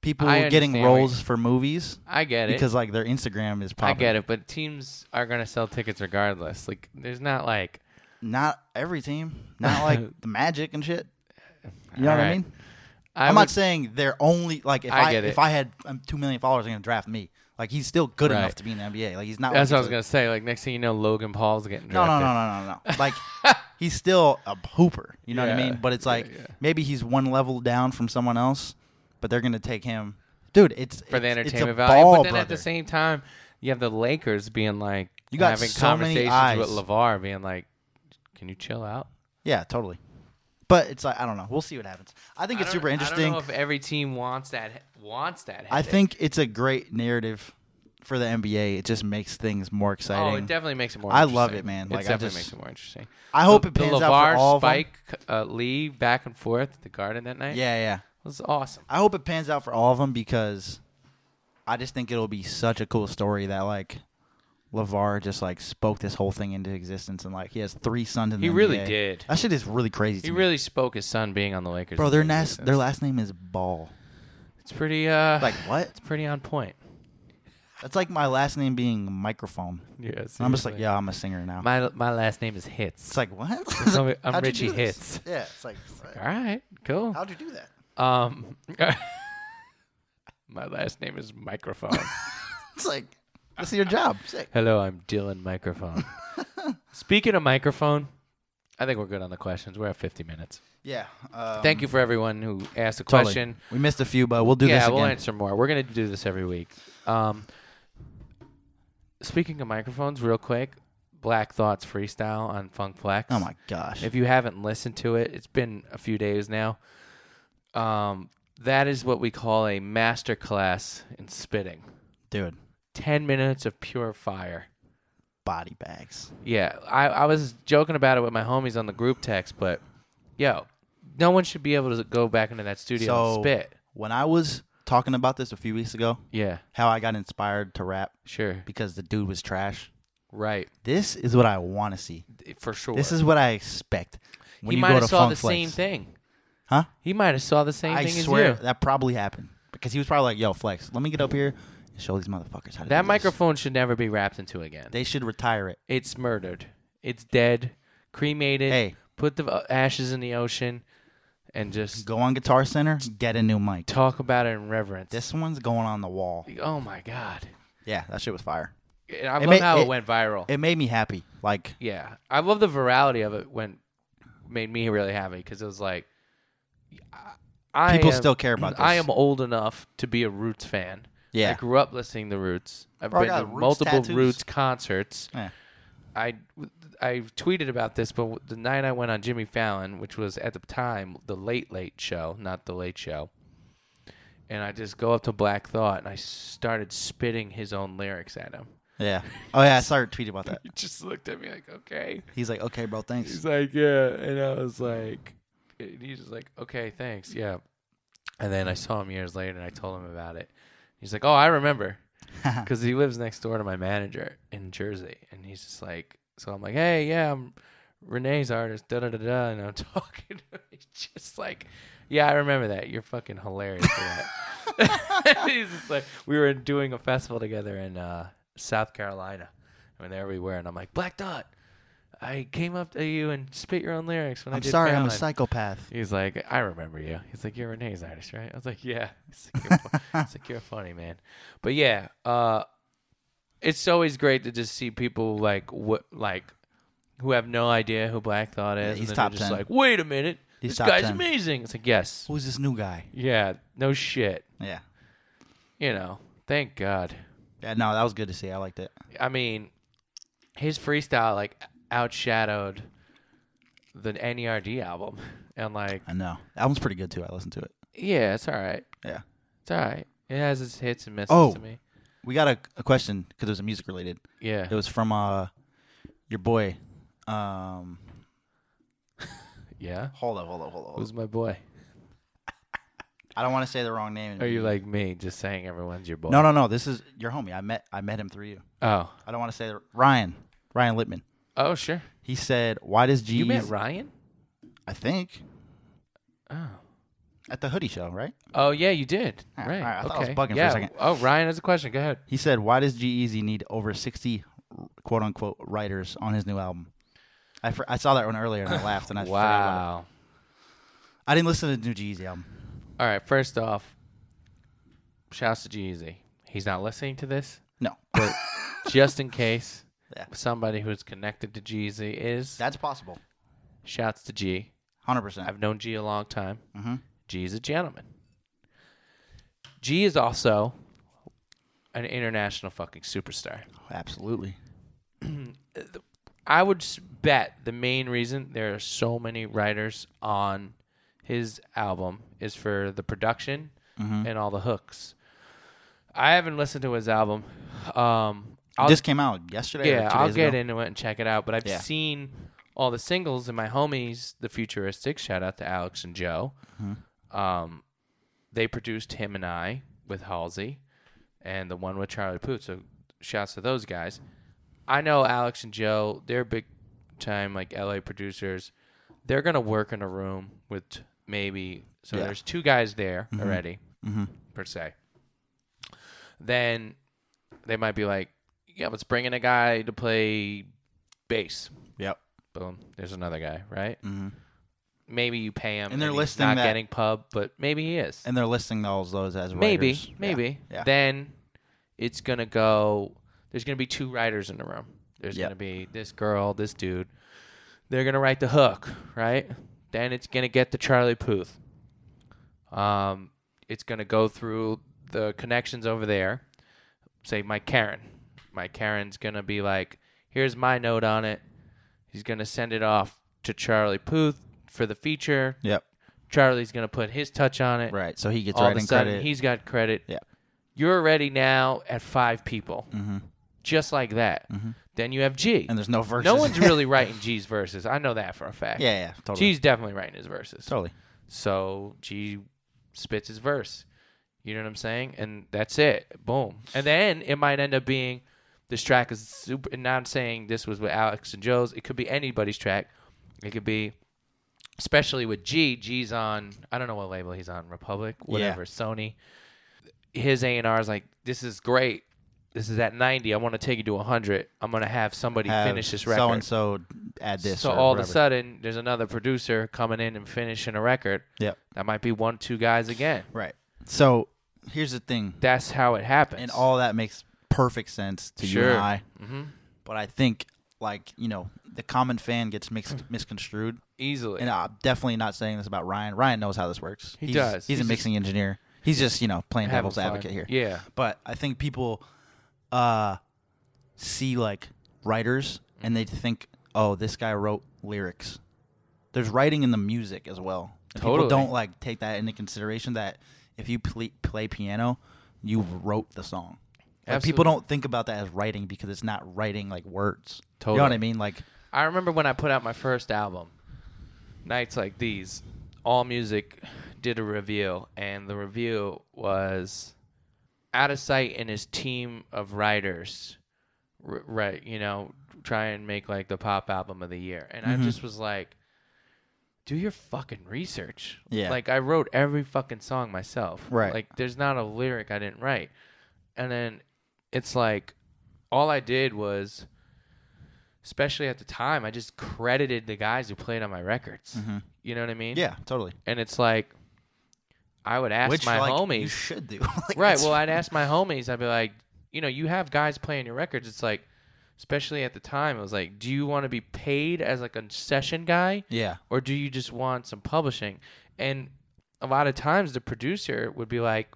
Speaker 1: people
Speaker 2: I
Speaker 1: getting
Speaker 2: understand what
Speaker 1: roles for movies
Speaker 2: I get it.
Speaker 1: because like their Instagram is
Speaker 2: I
Speaker 1: popular.
Speaker 2: get it, but teams are gonna sell tickets regardless. Like, there's not like,
Speaker 1: Not every team, not like the Magic and shit. You know
Speaker 2: All
Speaker 1: what
Speaker 2: right.
Speaker 1: I mean?
Speaker 2: I
Speaker 1: I'm
Speaker 2: would-
Speaker 1: not saying they're only like if
Speaker 2: I
Speaker 1: I,
Speaker 2: get it.
Speaker 1: if I had um, two million followers, they're gonna draft me. Like he's still good
Speaker 2: Right.
Speaker 1: enough to be in the NBA. Like he's not.
Speaker 2: That's what
Speaker 1: like
Speaker 2: I was gonna say. Like, next thing you know, Logan Paul's getting
Speaker 1: No,
Speaker 2: drafted.
Speaker 1: no, no, no, no, no. Like he's still a hooper. You know what
Speaker 2: Yeah,
Speaker 1: I mean? But it's
Speaker 2: yeah,
Speaker 1: like
Speaker 2: yeah.
Speaker 1: maybe he's one level down from someone else, but they're gonna take him. Dude, it's
Speaker 2: for the
Speaker 1: it's- it's a
Speaker 2: entertainment value.
Speaker 1: ball
Speaker 2: but then at
Speaker 1: brother.
Speaker 2: the same time, you have the Lakers being like
Speaker 1: You got
Speaker 2: having
Speaker 1: so many
Speaker 2: conversations
Speaker 1: eyes.
Speaker 2: with Levar, being like, "Can you chill out?"
Speaker 1: yeah, totally. But it's like I don't know. We'll see what happens. I think it's super
Speaker 2: I
Speaker 1: interesting.
Speaker 2: don't know if every team wants that. Wants that.
Speaker 1: I think it's a great narrative for the NBA. It just makes things more exciting.
Speaker 2: Oh, it definitely makes it more.
Speaker 1: I love
Speaker 2: interesting.
Speaker 1: it, man.
Speaker 2: It
Speaker 1: Like, I
Speaker 2: definitely
Speaker 1: just-
Speaker 2: makes it more interesting.
Speaker 1: I hope
Speaker 2: The-
Speaker 1: it
Speaker 2: the
Speaker 1: pans out for
Speaker 2: LeVar,
Speaker 1: all of 'em.
Speaker 2: Spike uh, Lee back and forth at the Garden that night.
Speaker 1: yeah, yeah.
Speaker 2: it was awesome.
Speaker 1: I hope it pans out for all of them because I just think it'll be such a cool story that like Lavar just like spoke this whole thing into existence and like he has three sons in
Speaker 2: He
Speaker 1: the
Speaker 2: really
Speaker 1: NBA.
Speaker 2: did.
Speaker 1: That shit is really crazy. To
Speaker 2: He
Speaker 1: me.
Speaker 2: really spoke his son being on the Lakers.
Speaker 1: bro.
Speaker 2: into
Speaker 1: Their last
Speaker 2: existence.
Speaker 1: their last name is Ball.
Speaker 2: It's pretty. Uh,
Speaker 1: Like what?
Speaker 2: it's pretty on point.
Speaker 1: That's like my last name being microphone.
Speaker 2: Yeah,
Speaker 1: And I'm just like,
Speaker 2: seriously.
Speaker 1: yeah, I'm a singer now.
Speaker 2: My my last name is Hits.
Speaker 1: it's like what?
Speaker 2: Tell me- I'm
Speaker 1: How'd you
Speaker 2: Richie
Speaker 1: do this?
Speaker 2: Hits.
Speaker 1: Yeah, it's like
Speaker 2: All right, cool.
Speaker 1: how'd you do that?
Speaker 2: Um, my last name is Microphone.
Speaker 1: It's like this is your job. Sick.
Speaker 2: Hello, I'm Dylan Microphone. Speaking of microphone, I think we're good on the questions. We're at 50 minutes.
Speaker 1: Yeah. Um,
Speaker 2: Thank you for everyone who asked a
Speaker 1: totally.
Speaker 2: question.
Speaker 1: We missed a few, but we'll do
Speaker 2: yeah,
Speaker 1: this again.
Speaker 2: we'll answer more. We're gonna do this every week. Um, speaking of microphones, real quick, Black Thoughts freestyle on Funk Flex.
Speaker 1: oh my gosh.
Speaker 2: If you haven't listened to it, it's been a few days now. Um, that is what we call a master class in spitting.
Speaker 1: Dude,
Speaker 2: 10 minutes of pure fire.
Speaker 1: body bags.
Speaker 2: Yeah, I, I was joking about it with my homies on the group text, but yo, no one should be able to go back into that studio
Speaker 1: So-
Speaker 2: and spit.
Speaker 1: when I was talking about this a few weeks ago.
Speaker 2: Yeah,
Speaker 1: How I got inspired to rap
Speaker 2: sure.
Speaker 1: because the dude was trash.
Speaker 2: Right,
Speaker 1: This is what I want to see.
Speaker 2: for sure.
Speaker 1: This is what I expect. When
Speaker 2: he
Speaker 1: you
Speaker 2: might
Speaker 1: go
Speaker 2: have
Speaker 1: to
Speaker 2: saw
Speaker 1: Funk
Speaker 2: the same
Speaker 1: Flex.
Speaker 2: thing.
Speaker 1: Huh?
Speaker 2: He might have saw the same
Speaker 1: I
Speaker 2: thing
Speaker 1: swear
Speaker 2: as you.
Speaker 1: that probably happened because he was probably like, "Yo, Flex, let me get up here and show these motherfuckers how to." do
Speaker 2: That
Speaker 1: this."
Speaker 2: microphone should never be wrapped into again.
Speaker 1: They should retire it.
Speaker 2: it's murdered. It's dead, cremated.
Speaker 1: Hey.
Speaker 2: put the uh, ashes in the ocean, and just
Speaker 1: Go on Guitar Center, get a new mic.
Speaker 2: talk about it in reverence.
Speaker 1: This one's going on the wall.
Speaker 2: oh my god!
Speaker 1: Yeah, that shit was fire.
Speaker 2: And I
Speaker 1: It
Speaker 2: love
Speaker 1: ma-
Speaker 2: how it,
Speaker 1: it-
Speaker 2: went viral.
Speaker 1: It made me happy. Like,
Speaker 2: yeah, I love the virality of it. When made me really happy because it was like, I, I
Speaker 1: People
Speaker 2: am-
Speaker 1: still care about
Speaker 2: I
Speaker 1: this.
Speaker 2: am old enough to be a Roots fan.
Speaker 1: Yeah.
Speaker 2: I grew up listening to Roots. I've
Speaker 1: Bro, I
Speaker 2: been
Speaker 1: got
Speaker 2: to
Speaker 1: Roots
Speaker 2: multiple
Speaker 1: tattoos.
Speaker 2: Roots concerts.
Speaker 1: eh,
Speaker 2: I I tweeted about this, but the night I went on Jimmy Fallon, which was at the time the Late Late Show, not the Late Show, and I just go up to Black Thought and I started spitting his own lyrics at him.
Speaker 1: yeah. Oh yeah, I started tweeting about that.
Speaker 2: He just looked at me like, okay.
Speaker 1: He's like, "Okay, bro, thanks."
Speaker 2: He's like, yeah, and I was like, and he's just like, okay, thanks, yeah. And then I saw him years later, and I told him about it. He's like, oh, I remember, because he lives next door to my manager in Jersey, and he's just like, so I'm like, hey, yeah, I'm Renee's artist, da da da da, and I'm talking. to him. He's just like, yeah, I remember that. You're fucking hilarious for that. he's just like, we were doing a festival together in uh, South Carolina, and they're everywhere, and I'm like, Black Dot. I came up to you and spit your own lyrics when I
Speaker 1: I'm
Speaker 2: did
Speaker 1: sorry, I'm a
Speaker 2: Fallon."
Speaker 1: psychopath.
Speaker 2: He's like, I remember you. He's like, you're Renee's artist, right? I was like, yeah. He's like, you're, fu- he's like, you're funny, man. But yeah, uh, it's always great to just see people like what like who have no idea who Black Thought is,
Speaker 1: he's
Speaker 2: and then
Speaker 1: top
Speaker 2: they're just
Speaker 1: 10.
Speaker 2: like, wait a minute,
Speaker 1: He's
Speaker 2: this
Speaker 1: top
Speaker 2: guy's
Speaker 1: 10.
Speaker 2: amazing. It's like, yes,
Speaker 1: Who's this new guy?
Speaker 2: yeah, no shit,
Speaker 1: Yeah.
Speaker 2: you know. Thank God.
Speaker 1: Yeah, no, that was good to see. I liked it.
Speaker 2: I mean, his freestyle like outshadowed the NERD album, and like,
Speaker 1: I know. That one's pretty good too. I listened to it.
Speaker 2: yeah, it's all right.
Speaker 1: Yeah.
Speaker 2: It's all right. It has its hits and misses
Speaker 1: Oh.
Speaker 2: to me.
Speaker 1: We got a, a question because it was music related.
Speaker 2: Yeah.
Speaker 1: It was from uh your boy. Um
Speaker 2: yeah.
Speaker 1: hold up, hold up, hold up. Hold
Speaker 2: Who's
Speaker 1: up.
Speaker 2: my boy?
Speaker 1: I don't want to say the wrong name.
Speaker 2: Are you like me, just saying everyone's your boy?
Speaker 1: Mm-hmm. No, no, no. This is your homie. I met I met him through you.
Speaker 2: Oh.
Speaker 1: I don't want to say the, Ryan. Ryan Littman.
Speaker 2: Oh, sure.
Speaker 1: He said, "Why does G's?"
Speaker 2: You met Ryan?
Speaker 1: I think
Speaker 2: Oh.
Speaker 1: at the hoodie show, right?
Speaker 2: Oh, yeah, you did.
Speaker 1: Yeah,
Speaker 2: right.
Speaker 1: all right, I
Speaker 2: okay.
Speaker 1: thought I was bugging for a
Speaker 2: yeah.
Speaker 1: second.
Speaker 2: Oh, Ryan has a question. Go ahead.
Speaker 1: He said, "Why does G Easy need over sixty quote unquote writers on his new album?" I, fr- I saw that one earlier and I laughed and I forgot about it.
Speaker 2: Wow.
Speaker 1: I didn't listen to the new G Easy album.
Speaker 2: All right. First off, shouts to Jeezy. He's not listening to this,
Speaker 1: No,
Speaker 2: but just in case
Speaker 1: Yeah.
Speaker 2: somebody who's connected to Jeezy is,
Speaker 1: that's possible.
Speaker 2: shouts to G. E.
Speaker 1: Hundred percent.
Speaker 2: I've known G E a long time.
Speaker 1: Mhm.
Speaker 2: G is a gentleman. G is also an international fucking superstar.
Speaker 1: Absolutely.
Speaker 2: I would s- bet the main reason there are so many writers on his album is for the production and all the hooks. I haven't listened to his album. Um, I'll,
Speaker 1: This came out yesterday. or
Speaker 2: yeah,
Speaker 1: two
Speaker 2: I'll
Speaker 1: days
Speaker 2: get
Speaker 1: ago.
Speaker 2: into it and check it out. But I've
Speaker 1: Yeah.
Speaker 2: seen all the singles and my homies, the Futuristics. Shout out to Alex and Joe.
Speaker 1: Mm-hmm.
Speaker 2: Um, they produced him and I with Halsey, and the one with Charlie Puth. So shouts to those guys. I know Alex and Joe. They're big time like LA producers. They're gonna work in a room with maybe so
Speaker 1: Yeah. Mm-hmm.
Speaker 2: there's two guys there already per se. Then they might be like, yeah, let's bring in a guy to play bass.
Speaker 1: Yep.
Speaker 2: Boom. There's another guy, right?
Speaker 1: Mhm.
Speaker 2: Maybe you pay him,
Speaker 1: And they're
Speaker 2: he's
Speaker 1: listing
Speaker 2: not
Speaker 1: that-
Speaker 2: getting pub, but maybe he is.
Speaker 1: And they're listing all those as
Speaker 2: maybe,
Speaker 1: writers.
Speaker 2: maybe.
Speaker 1: Yeah. yeah.
Speaker 2: Then it's gonna go. There's gonna be two writers in the room. There's
Speaker 1: Yep.
Speaker 2: gonna be this girl, this dude. They're gonna write the hook, right? Then it's gonna get to Charlie Puth. Um, it's gonna go through the connections over there. Say Mike Karen. Mike Karen's gonna be like, "Here's my note on it." He's gonna send it off to Charlie Puth for the feature.
Speaker 1: Yep.
Speaker 2: Charlie's gonna put his touch on it
Speaker 1: Right. So he gets
Speaker 2: all of a
Speaker 1: writing
Speaker 2: sudden
Speaker 1: credit.
Speaker 2: he's got credit.
Speaker 1: Yeah.
Speaker 2: You're already now at five people, mm-hmm. just like that. Then you have G.
Speaker 1: Mm-hmm. and there's no verses.
Speaker 2: no one's really writing G's verses. I know that for a fact.
Speaker 1: yeah, yeah, totally.
Speaker 2: G's definitely writing his verses.
Speaker 1: Totally.
Speaker 2: So G spits his verse. You know what I'm saying? And that's it. Boom. And then it might end up being this track is super. And now I'm saying this was with Alex and Joe's. It could be anybody's track. It could be, especially with G. G's on. I don't know what label he's on. Republic, whatever. Sony. His A and R is like, this is great. This is at 90. I want to take it to 100. I'm gonna have somebody finish this record.
Speaker 1: So and so add this.
Speaker 2: So
Speaker 1: or
Speaker 2: all of
Speaker 1: whatever.
Speaker 2: a sudden, there's another producer coming in and finishing a record.
Speaker 1: Yep.
Speaker 2: That might be one, two guys again.
Speaker 1: Right. So here's the thing,
Speaker 2: That's how it happens.
Speaker 1: and
Speaker 2: Mm-hmm.
Speaker 1: all that makes perfect sense to you
Speaker 2: Sure.
Speaker 1: and I. But I think, like you know, the common fan gets mixed, misconstrued.
Speaker 2: easily.
Speaker 1: And I'm definitely not saying this about Ryan. Ryan knows how this works.
Speaker 2: He
Speaker 1: he's,
Speaker 2: does.
Speaker 1: He's,
Speaker 2: He's
Speaker 1: a mixing engineer. He's just you know playing
Speaker 2: Having
Speaker 1: devil's
Speaker 2: fun.
Speaker 1: advocate here.
Speaker 2: Yeah.
Speaker 1: But I think people uh, see like writers and they think, oh, this guy wrote lyrics. There's writing in the music as well. And
Speaker 2: Totally.
Speaker 1: People don't like take that into consideration that if you play, play piano, you wrote the song. Like, people
Speaker 2: Absolutely.
Speaker 1: don't think about that as writing because it's not writing like words. You know what
Speaker 2: Totally.
Speaker 1: I mean? Like
Speaker 2: I remember when I put out my first album, nights like these, All Music did a review, and the review was out of sight and his team of writers, r- right? You know, try and make like the pop album of the year, and
Speaker 1: Mm-hmm.
Speaker 2: I just was like, do your fucking research.
Speaker 1: Yeah.
Speaker 2: like I wrote every fucking song myself.
Speaker 1: Right.
Speaker 2: like there's not a lyric I didn't write, and then it's like all I did was especially at the time, I just credited the guys who played on my records. You know what I mean?
Speaker 1: Mm-hmm. yeah, totally.
Speaker 2: And it's like, I would ask
Speaker 1: Which
Speaker 2: my
Speaker 1: like, you
Speaker 2: homies.
Speaker 1: should do. Like,
Speaker 2: right.
Speaker 1: it's-
Speaker 2: Well, I'd ask my homies. I'd be like, you know, you have guys playing your records. It's like, especially at the time, it was like, do you want to be paid as like a session guy?
Speaker 1: yeah.
Speaker 2: or do you just want some publishing? And a lot of times the producer would be like,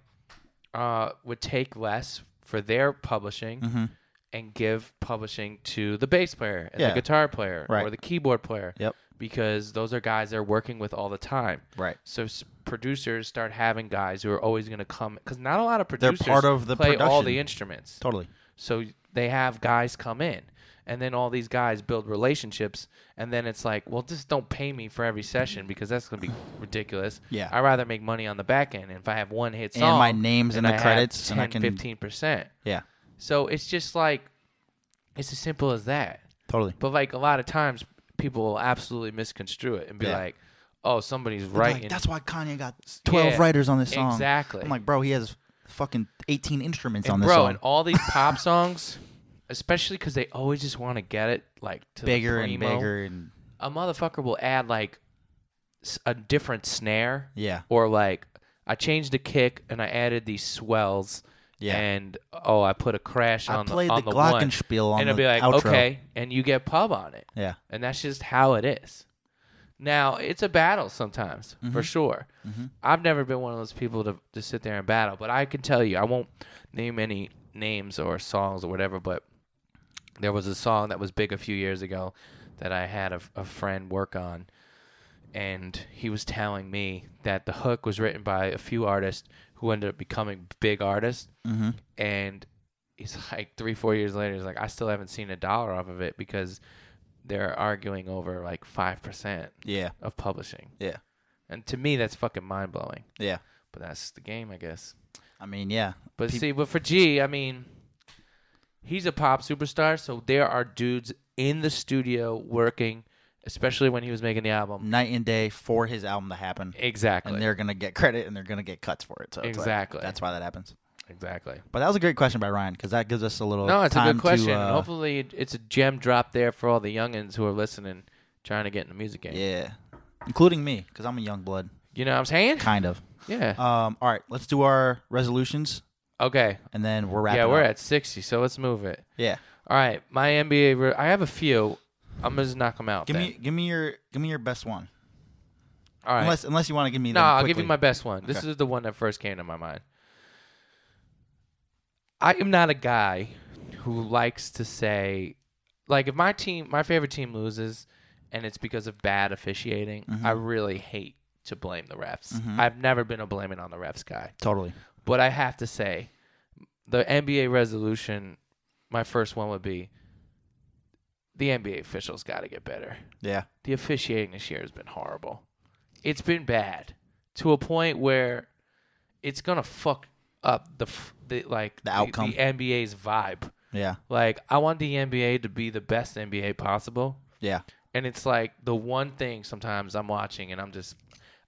Speaker 2: uh, would take less for their publishing
Speaker 1: Mm-hmm.
Speaker 2: and give publishing to the bass player and
Speaker 1: Yeah.
Speaker 2: the guitar player
Speaker 1: Right.
Speaker 2: or the keyboard player.
Speaker 1: Yep.
Speaker 2: Because those are guys they're working with all the time.
Speaker 1: Right.
Speaker 2: So s- producers start having guys who are always going to come because not a lot of
Speaker 1: They're
Speaker 2: producers
Speaker 1: part of the
Speaker 2: play all
Speaker 1: production.
Speaker 2: the instruments.
Speaker 1: Totally.
Speaker 2: So they have guys come in, and then all these guys build relationships, and then it's like, well, just don't pay me for every session because that's gonna be ridiculous.
Speaker 1: Yeah.
Speaker 2: I'd rather make money on the back end. And if I have one hit
Speaker 1: And
Speaker 2: song,
Speaker 1: my name's in
Speaker 2: and
Speaker 1: the
Speaker 2: I have
Speaker 1: credits, and I
Speaker 2: 10,
Speaker 1: can-
Speaker 2: 15 percent.
Speaker 1: Yeah.
Speaker 2: So it's just like, it's as simple as that.
Speaker 1: Totally.
Speaker 2: But like a lot of times, people will absolutely misconstrue it and be
Speaker 1: Yeah.
Speaker 2: like, oh, somebody's
Speaker 1: They're
Speaker 2: writing.
Speaker 1: Like, That's why Kanye got 12
Speaker 2: Yeah,
Speaker 1: writers on this song.
Speaker 2: exactly.
Speaker 1: I'm like, bro, he has fucking 18 instruments
Speaker 2: and
Speaker 1: on this
Speaker 2: bro,
Speaker 1: song.
Speaker 2: and all these pop songs. Especially because they always just want to get it like to the
Speaker 1: bigger and
Speaker 2: primo.
Speaker 1: bigger and
Speaker 2: a motherfucker will add like s- a different snare.
Speaker 1: Yeah.
Speaker 2: Or like I changed the kick and I added these swells.
Speaker 1: Yeah.
Speaker 2: And oh, I put a crash
Speaker 1: I
Speaker 2: on the
Speaker 1: played
Speaker 2: on
Speaker 1: the
Speaker 2: the one.
Speaker 1: Glockenspiel on
Speaker 2: and it'll
Speaker 1: the
Speaker 2: be like
Speaker 1: outro.
Speaker 2: okay, and you get pub on it.
Speaker 1: yeah,
Speaker 2: And that's just how it is. Now it's a battle sometimes, for sure. I've never been one of those people to to sit there and battle, but I can tell you, I won't name any names or songs or whatever. But there was a song that was big a few years ago that I had a, a friend work on, and he was telling me that the hook was written by a few artists who ended up becoming big artists,
Speaker 1: Mm-hmm.
Speaker 2: and he's like three four years later he's like i still haven't seen a dollar off of it because they're arguing over like 5%
Speaker 1: yeah,
Speaker 2: of publishing
Speaker 1: yeah,
Speaker 2: and to me that's fucking mind-blowing
Speaker 1: yeah.
Speaker 2: but that's the game i guess
Speaker 1: I mean, yeah,
Speaker 2: but
Speaker 1: Peop-
Speaker 2: see but for g i mean he's a pop superstar so there are dudes in the studio working especially when he was making the album
Speaker 1: night and day for his album to happen,
Speaker 2: exactly
Speaker 1: and they're gonna get credit and they're gonna get cuts for it. So it's like,
Speaker 2: Exactly.
Speaker 1: that's why that happens.
Speaker 2: exactly
Speaker 1: But that was a great question by Ryan because that gives us a little
Speaker 2: no it's a
Speaker 1: time
Speaker 2: good question
Speaker 1: To,
Speaker 2: And
Speaker 1: uh,
Speaker 2: hopefully it- it's a gem drop there for all the youngins who are listening trying to get in the music game
Speaker 1: yeah, including me because I'm a young blood,
Speaker 2: you know what i'm saying
Speaker 1: kind of.
Speaker 2: yeah
Speaker 1: Um, all right, let's do our resolutions
Speaker 2: okay
Speaker 1: and then we're wrapping.
Speaker 2: yeah we're
Speaker 1: Uh, up.
Speaker 2: at 60 so let's move it
Speaker 1: yeah.
Speaker 2: All right, my NBA. Re- I have a few. I'm gonna just knock them out.
Speaker 1: Give
Speaker 2: then.
Speaker 1: me give me your give me your best one
Speaker 2: All right.
Speaker 1: unless unless you want to give me
Speaker 2: no,
Speaker 1: them
Speaker 2: I'll give
Speaker 1: quickly.
Speaker 2: you my best one. This
Speaker 1: Okay.
Speaker 2: is the one that first came to my mind. I am not a guy who likes to say, like, if my team, my favorite team loses, and it's because of bad officiating,
Speaker 1: Mm-hmm.
Speaker 2: I really hate to blame the refs. I've never been a blaming on the refs guy.
Speaker 1: totally
Speaker 2: But I have to say, the NBA resolution, my first one would be the NBA officials got to get better.
Speaker 1: yeah
Speaker 2: The officiating this year has been horrible. It's been bad to a point where it's going to fuck up the, f- the like
Speaker 1: The outcome.
Speaker 2: the, NBA's vibe.
Speaker 1: Yeah.
Speaker 2: Like I want the NBA to be the best NBA possible,
Speaker 1: Yeah.
Speaker 2: and it's like the one thing sometimes I'm watching and I'm just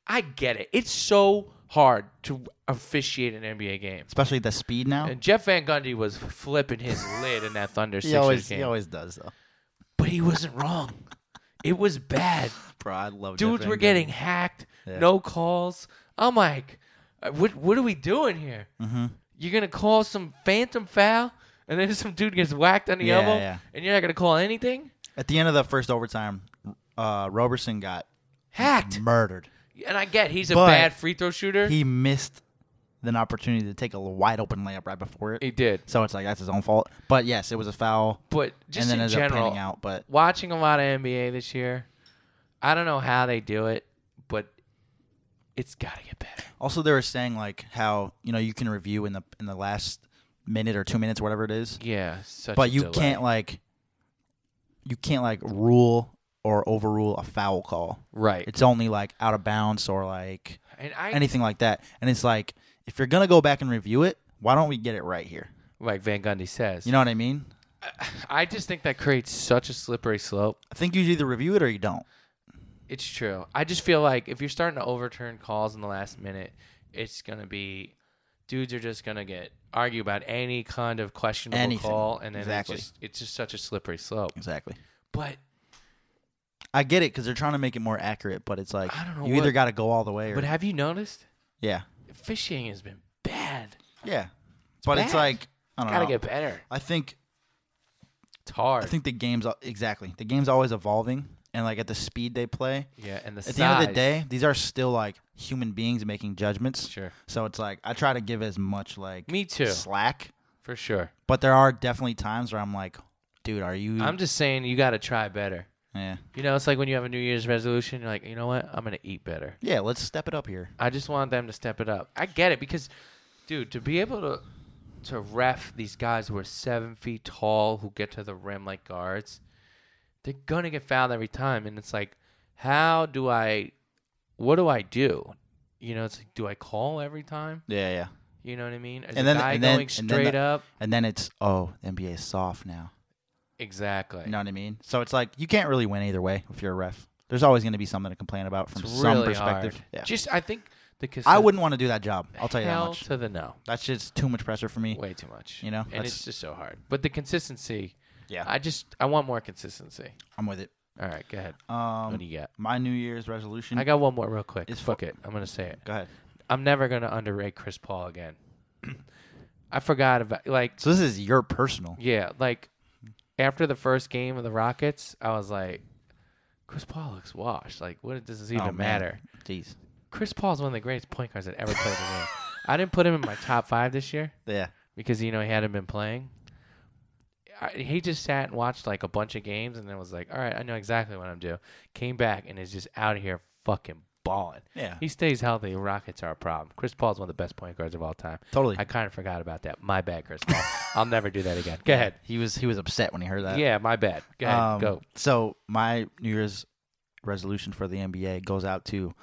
Speaker 2: I get it. It's so hard to officiate an NBA game.
Speaker 1: Especially the speed now.
Speaker 2: And Jeff Van Gundy was flipping his lid in that Thunder
Speaker 1: He
Speaker 2: Sixers
Speaker 1: always
Speaker 2: game,
Speaker 1: he always does though.
Speaker 2: but he wasn't wrong. It was bad.
Speaker 1: Bro, I love Jeff
Speaker 2: Dudes
Speaker 1: Van
Speaker 2: were
Speaker 1: Gundy.
Speaker 2: getting hacked.
Speaker 1: Yeah.
Speaker 2: No calls. I'm like, uh, what? What are we doing here?
Speaker 1: Mhm.
Speaker 2: You're gonna call some phantom foul, and then some dude gets whacked on the
Speaker 1: Yeah,
Speaker 2: elbow,
Speaker 1: yeah.
Speaker 2: and you're not gonna call anything?
Speaker 1: At the end of the first overtime, uh, Roberson got
Speaker 2: Hacked.
Speaker 1: murdered.
Speaker 2: And I get he's a
Speaker 1: Mm-hmm. But
Speaker 2: bad free throw shooter. He,
Speaker 1: He missed an opportunity to take a wide open layup right before it.
Speaker 2: did,
Speaker 1: So it's like that's his own fault. But yes, it was a foul.
Speaker 2: but
Speaker 1: and
Speaker 2: just
Speaker 1: then
Speaker 2: in
Speaker 1: ended up
Speaker 2: general,
Speaker 1: panning out. But
Speaker 2: watching a lot of NBA this year, I don't know how they do it, but it's got to get better.
Speaker 1: also they were saying like how you know you can review in the in the last minute or two minutes, whatever it is.
Speaker 2: Yeah, such
Speaker 1: but
Speaker 2: a
Speaker 1: you
Speaker 2: delay.
Speaker 1: can't like you can't like rule or overrule a foul call.
Speaker 2: right.
Speaker 1: It's only like out of bounds or like
Speaker 2: and I
Speaker 1: anything like that. And it's like if you're gonna go back and review it, why don't we get it right here?
Speaker 2: like Van Gundy says.
Speaker 1: You know what I mean?
Speaker 2: I just think that creates such a slippery slope.
Speaker 1: I think you either review it or you don't.
Speaker 2: It's true. I just feel like if you're starting to overturn calls in the last minute, it's gonna be dudes are just gonna get argue about any kind of questionable
Speaker 1: Anything.
Speaker 2: call, and then
Speaker 1: Exactly.
Speaker 2: it's just it's just such a slippery slope.
Speaker 1: Exactly.
Speaker 2: But
Speaker 1: I get it because they're trying to make it more accurate, but it's like
Speaker 2: I don't know
Speaker 1: you
Speaker 2: what-
Speaker 1: either got to go all the way or
Speaker 2: but have you noticed
Speaker 1: yeah,
Speaker 2: fishing has been bad?
Speaker 1: yeah. But it's
Speaker 2: bad.
Speaker 1: like I don't
Speaker 2: Gotta
Speaker 1: know.
Speaker 2: get better.
Speaker 1: I think
Speaker 2: It's hard.
Speaker 1: I think the game's exactly the game's always evolving, and like at the speed they play,
Speaker 2: yeah, and the
Speaker 1: at the end of the day, these are still like human beings making judgments.
Speaker 2: sure,
Speaker 1: So it's like I try to give as much like
Speaker 2: me too,
Speaker 1: slack,
Speaker 2: for sure.
Speaker 1: but there are definitely times where I'm like, dude, are you?
Speaker 2: I'm just saying you gotta try better.
Speaker 1: yeah,
Speaker 2: You know, it's like when you have a New Year's resolution, you're like, you know what, I'm gonna eat better.
Speaker 1: yeah. Let's step it up here.
Speaker 2: I just want them to step it up. I get it because, dude, to be able to to ref these guys who are seven feet tall who get to the rim like guards, they're gonna get fouled every time, and it's like, how do I, what do I do? You know, it's like, do I call every time?
Speaker 1: Yeah, yeah.
Speaker 2: You know what I mean? Is
Speaker 1: And
Speaker 2: the
Speaker 1: then-
Speaker 2: guy
Speaker 1: and then-
Speaker 2: going
Speaker 1: and then
Speaker 2: straight
Speaker 1: the-
Speaker 2: up?
Speaker 1: And then it's oh, the NBA is soft now.
Speaker 2: Exactly.
Speaker 1: You know what I mean? So it's like you can't really win either way if you're a ref. There's always going to be something to complain about from
Speaker 2: it's
Speaker 1: some
Speaker 2: really
Speaker 1: perspective.
Speaker 2: hard.
Speaker 1: Yeah.
Speaker 2: Just I think the
Speaker 1: I
Speaker 2: cassette-
Speaker 1: wouldn't want to do that job. I'll tell you that
Speaker 2: hell
Speaker 1: much.
Speaker 2: to the no.
Speaker 1: That's just too much pressure for me.
Speaker 2: Way too much.
Speaker 1: You know,
Speaker 2: and
Speaker 1: that's-
Speaker 2: it's just so hard. But the consistency,
Speaker 1: Yeah,
Speaker 2: I just I want more consistency.
Speaker 1: I'm with it.
Speaker 2: All right, go ahead. what do
Speaker 1: Um,
Speaker 2: you got?
Speaker 1: my New Year's resolution.
Speaker 2: I got one more real quick.
Speaker 1: It's
Speaker 2: Fuck it. I'm gonna say it.
Speaker 1: Go ahead.
Speaker 2: I'm never gonna underrate Chris Paul again. I forgot about like
Speaker 1: So this is your personal.
Speaker 2: yeah like after the first game of the Rockets, I was like, Chris Paul looks washed. Like what does this even
Speaker 1: Oh, man.
Speaker 2: matter?
Speaker 1: Jeez.
Speaker 2: Chris Paul's one of the greatest point guards that ever played in the game. I didn't put him in my top five this year
Speaker 1: Yeah.
Speaker 2: because you know he hadn't been playing. I, he just sat and watched like a bunch of games and then was like, "All right, I know exactly what I'm doing." Came back and is just out of here fucking balling.
Speaker 1: Yeah.
Speaker 2: He stays healthy. Rockets are a problem. Chris Paul's one of the best point guards of all time.
Speaker 1: Totally.
Speaker 2: I kind of forgot about that. My bad, Chris Paul. I'll never do that again. Go ahead.
Speaker 1: He was he was upset when he heard that.
Speaker 2: Yeah, my bad. Go ahead.
Speaker 1: Uh, Um,
Speaker 2: Go.
Speaker 1: So my New Year's resolution for the NBA goes out to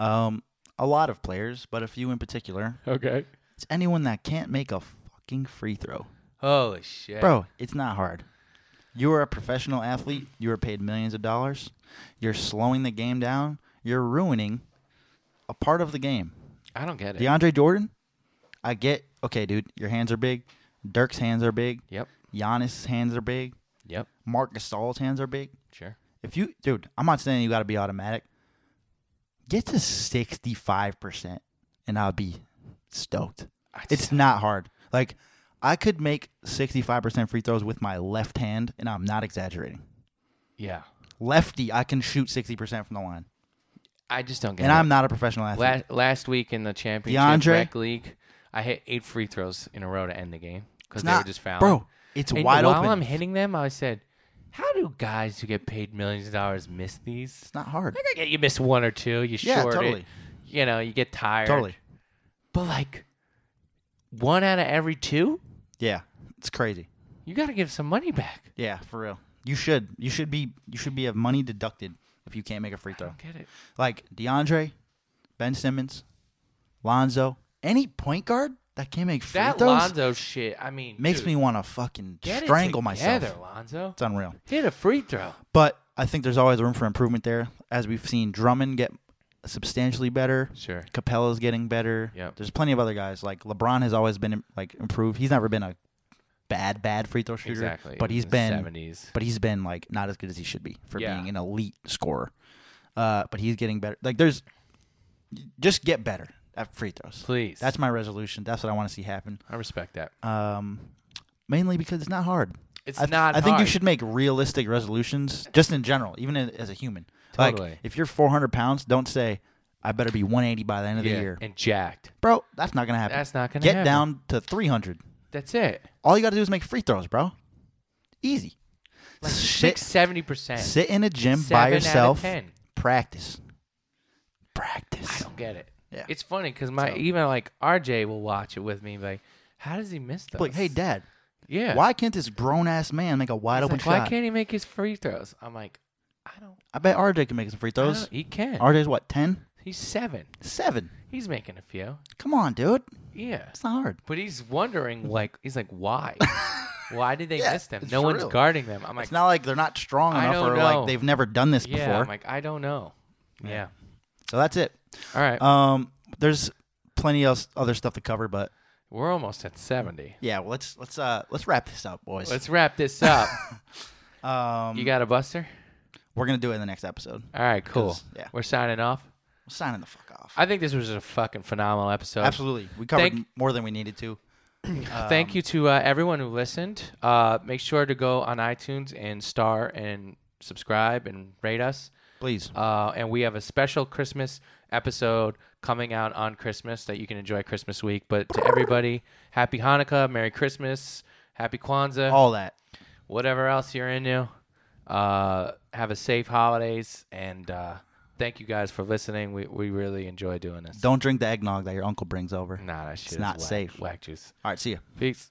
Speaker 1: um, a lot of players, but a few in particular.
Speaker 2: Okay.
Speaker 1: It's anyone that can't make a fucking free throw.
Speaker 2: Holy shit,
Speaker 1: Bro, it's not hard. You are a professional athlete. You are paid millions of dollars. You're slowing the game down. You're ruining a part of the game.
Speaker 2: I don't get it.
Speaker 1: DeAndre Jordan, I get, okay, dude, your hands are big. Dirk's hands are big.
Speaker 2: Yep.
Speaker 1: Giannis' hands are big.
Speaker 2: Yep.
Speaker 1: Mark Gasol's hands are big.
Speaker 2: Sure.
Speaker 1: If you, dude, I'm not saying you got to be automatic. Get to 65%, and I'll be stoked.
Speaker 2: I just-
Speaker 1: It's not hard. Like, I could make 65% free throws with my left hand, and I'm not exaggerating.
Speaker 2: yeah.
Speaker 1: Lefty, I can shoot 60% from the line.
Speaker 2: I just don't get
Speaker 1: And
Speaker 2: it.
Speaker 1: I'm not a professional athlete.
Speaker 2: last, last week in the championship
Speaker 1: DeAndre?
Speaker 2: rec league, I hit eight free throws in a row to end the game because
Speaker 1: It's
Speaker 2: they were
Speaker 1: not-
Speaker 2: just fouling.
Speaker 1: Bro, it's
Speaker 2: And
Speaker 1: wide
Speaker 2: while
Speaker 1: open.
Speaker 2: I'm hitting them, I said, "How do guys who get paid millions of dollars miss these?
Speaker 1: it's not hard.
Speaker 2: I get you miss one or two, you
Speaker 1: Yeah,
Speaker 2: short
Speaker 1: totally.
Speaker 2: it, you know, you get tired,
Speaker 1: Totally.
Speaker 2: But like one out of every two,
Speaker 1: Yeah, it's crazy.
Speaker 2: you got to give some money back.
Speaker 1: Yeah, for real. You should. You should be. You should be have money deducted if you can't make a free
Speaker 2: I
Speaker 1: throw.
Speaker 2: don't get it.
Speaker 1: Like DeAndre, Ben Simmons, Lonzo, any point guard that can't make free
Speaker 2: That
Speaker 1: throws
Speaker 2: Lonzo shit, I mean,
Speaker 1: makes
Speaker 2: dude,
Speaker 1: me want to fucking
Speaker 2: get it
Speaker 1: strangle
Speaker 2: together,
Speaker 1: myself.
Speaker 2: Lonzo,
Speaker 1: It's unreal.
Speaker 2: hit a free throw.
Speaker 1: But I think there's always room for improvement there. As we've seen Drummond get substantially better.
Speaker 2: Sure.
Speaker 1: Capella's getting better.
Speaker 2: Yep.
Speaker 1: There's plenty of other guys. Like LeBron has always been like improved. He's never been a bad, bad free throw shooter.
Speaker 2: Exactly.
Speaker 1: But
Speaker 2: It
Speaker 1: he's
Speaker 2: was
Speaker 1: been
Speaker 2: seventies.
Speaker 1: but he's been like not as good as he should be for
Speaker 2: Yeah.
Speaker 1: being an elite scorer. Uh, but he's getting better. Like there's just get better at free throws.
Speaker 2: Please.
Speaker 1: That's my resolution. That's what I want to see happen.
Speaker 2: I respect that.
Speaker 1: Um, mainly because it's not hard.
Speaker 2: It's
Speaker 1: I th-
Speaker 2: not
Speaker 1: I think you
Speaker 2: hard.
Speaker 1: should make realistic resolutions, just in general, even in, as a human. Like
Speaker 2: Totally.
Speaker 1: if you're 400 pounds, don't say I better be 180 by the end of the year,
Speaker 2: and jacked.
Speaker 1: bro. That's not gonna happen.
Speaker 2: That's not gonna
Speaker 1: get
Speaker 2: happen.
Speaker 1: down to 300.
Speaker 2: That's it.
Speaker 1: All you got to do is make free throws, bro. Easy.
Speaker 2: Like
Speaker 1: Sit-
Speaker 2: six seventy percent.
Speaker 1: Sit in a gym
Speaker 2: Seven out
Speaker 1: by
Speaker 2: of
Speaker 1: yourself.
Speaker 2: 10.
Speaker 1: Practice.
Speaker 2: I
Speaker 1: Practice.
Speaker 2: don't get it.
Speaker 1: Yeah.
Speaker 2: It's funny because my
Speaker 1: So-
Speaker 2: even like RJ will watch it with me. and be Like, how does he miss those?
Speaker 1: Like, hey, dad,
Speaker 2: yeah.
Speaker 1: why can't this grown ass man make a wide
Speaker 2: He's
Speaker 1: open
Speaker 2: like,
Speaker 1: shot?
Speaker 2: Why can't he make his free throws? I'm like, I don't.
Speaker 1: I bet RJ can make some free
Speaker 2: I
Speaker 1: throws.
Speaker 2: don't- he can.
Speaker 1: RJ's what, 10?
Speaker 2: he's seven.
Speaker 1: 7.
Speaker 2: He's making a few.
Speaker 1: Come on, dude.
Speaker 2: Yeah.
Speaker 1: It's not hard.
Speaker 2: But he's wondering, like, he's like, why? why did they
Speaker 1: Yeah,
Speaker 2: miss them?
Speaker 1: it's
Speaker 2: No
Speaker 1: for
Speaker 2: one's
Speaker 1: real.
Speaker 2: guarding them. I'm like,
Speaker 1: It's not like they're not strong
Speaker 2: I
Speaker 1: enough
Speaker 2: don't
Speaker 1: or
Speaker 2: know.
Speaker 1: like they've never done this
Speaker 2: yeah.
Speaker 1: before.
Speaker 2: I'm like, I don't know. Yeah.
Speaker 1: so that's it.
Speaker 2: All right.
Speaker 1: Um, there's plenty else other stuff to cover, but
Speaker 2: We're almost at seventy.
Speaker 1: yeah, well, let's let's uh let's wrap this up, boys.
Speaker 2: Let's wrap this up.
Speaker 1: um,
Speaker 2: you got a buster?
Speaker 1: we're gonna do it in the next episode.
Speaker 2: All right, cool.
Speaker 1: 'Cause- yeah.
Speaker 2: We're signing off.
Speaker 1: We're signing the fuck off.
Speaker 2: I think this was a fucking phenomenal episode.
Speaker 1: Absolutely, Um, we covered
Speaker 2: Thank-
Speaker 1: m- more than we needed to.
Speaker 2: Thank you to uh, everyone who listened. Uh, make sure to go on iTunes and star and subscribe and rate us.
Speaker 1: Please,
Speaker 2: Uh, and we have a special Christmas episode coming out on Christmas that you can enjoy Christmas week. But to everybody, happy Hanukkah, Merry Christmas, Happy Kwanzaa,
Speaker 1: all that.
Speaker 2: whatever else you're into. Uh, have a safe holidays, and uh, thank you guys for listening. We, we really enjoy doing this.
Speaker 1: Don't drink the eggnog that your uncle brings over.
Speaker 2: Nah, that shit
Speaker 1: It's
Speaker 2: is
Speaker 1: not
Speaker 2: whack-
Speaker 1: safe.
Speaker 2: Whack juice.
Speaker 1: All right, see ya.
Speaker 2: Peace.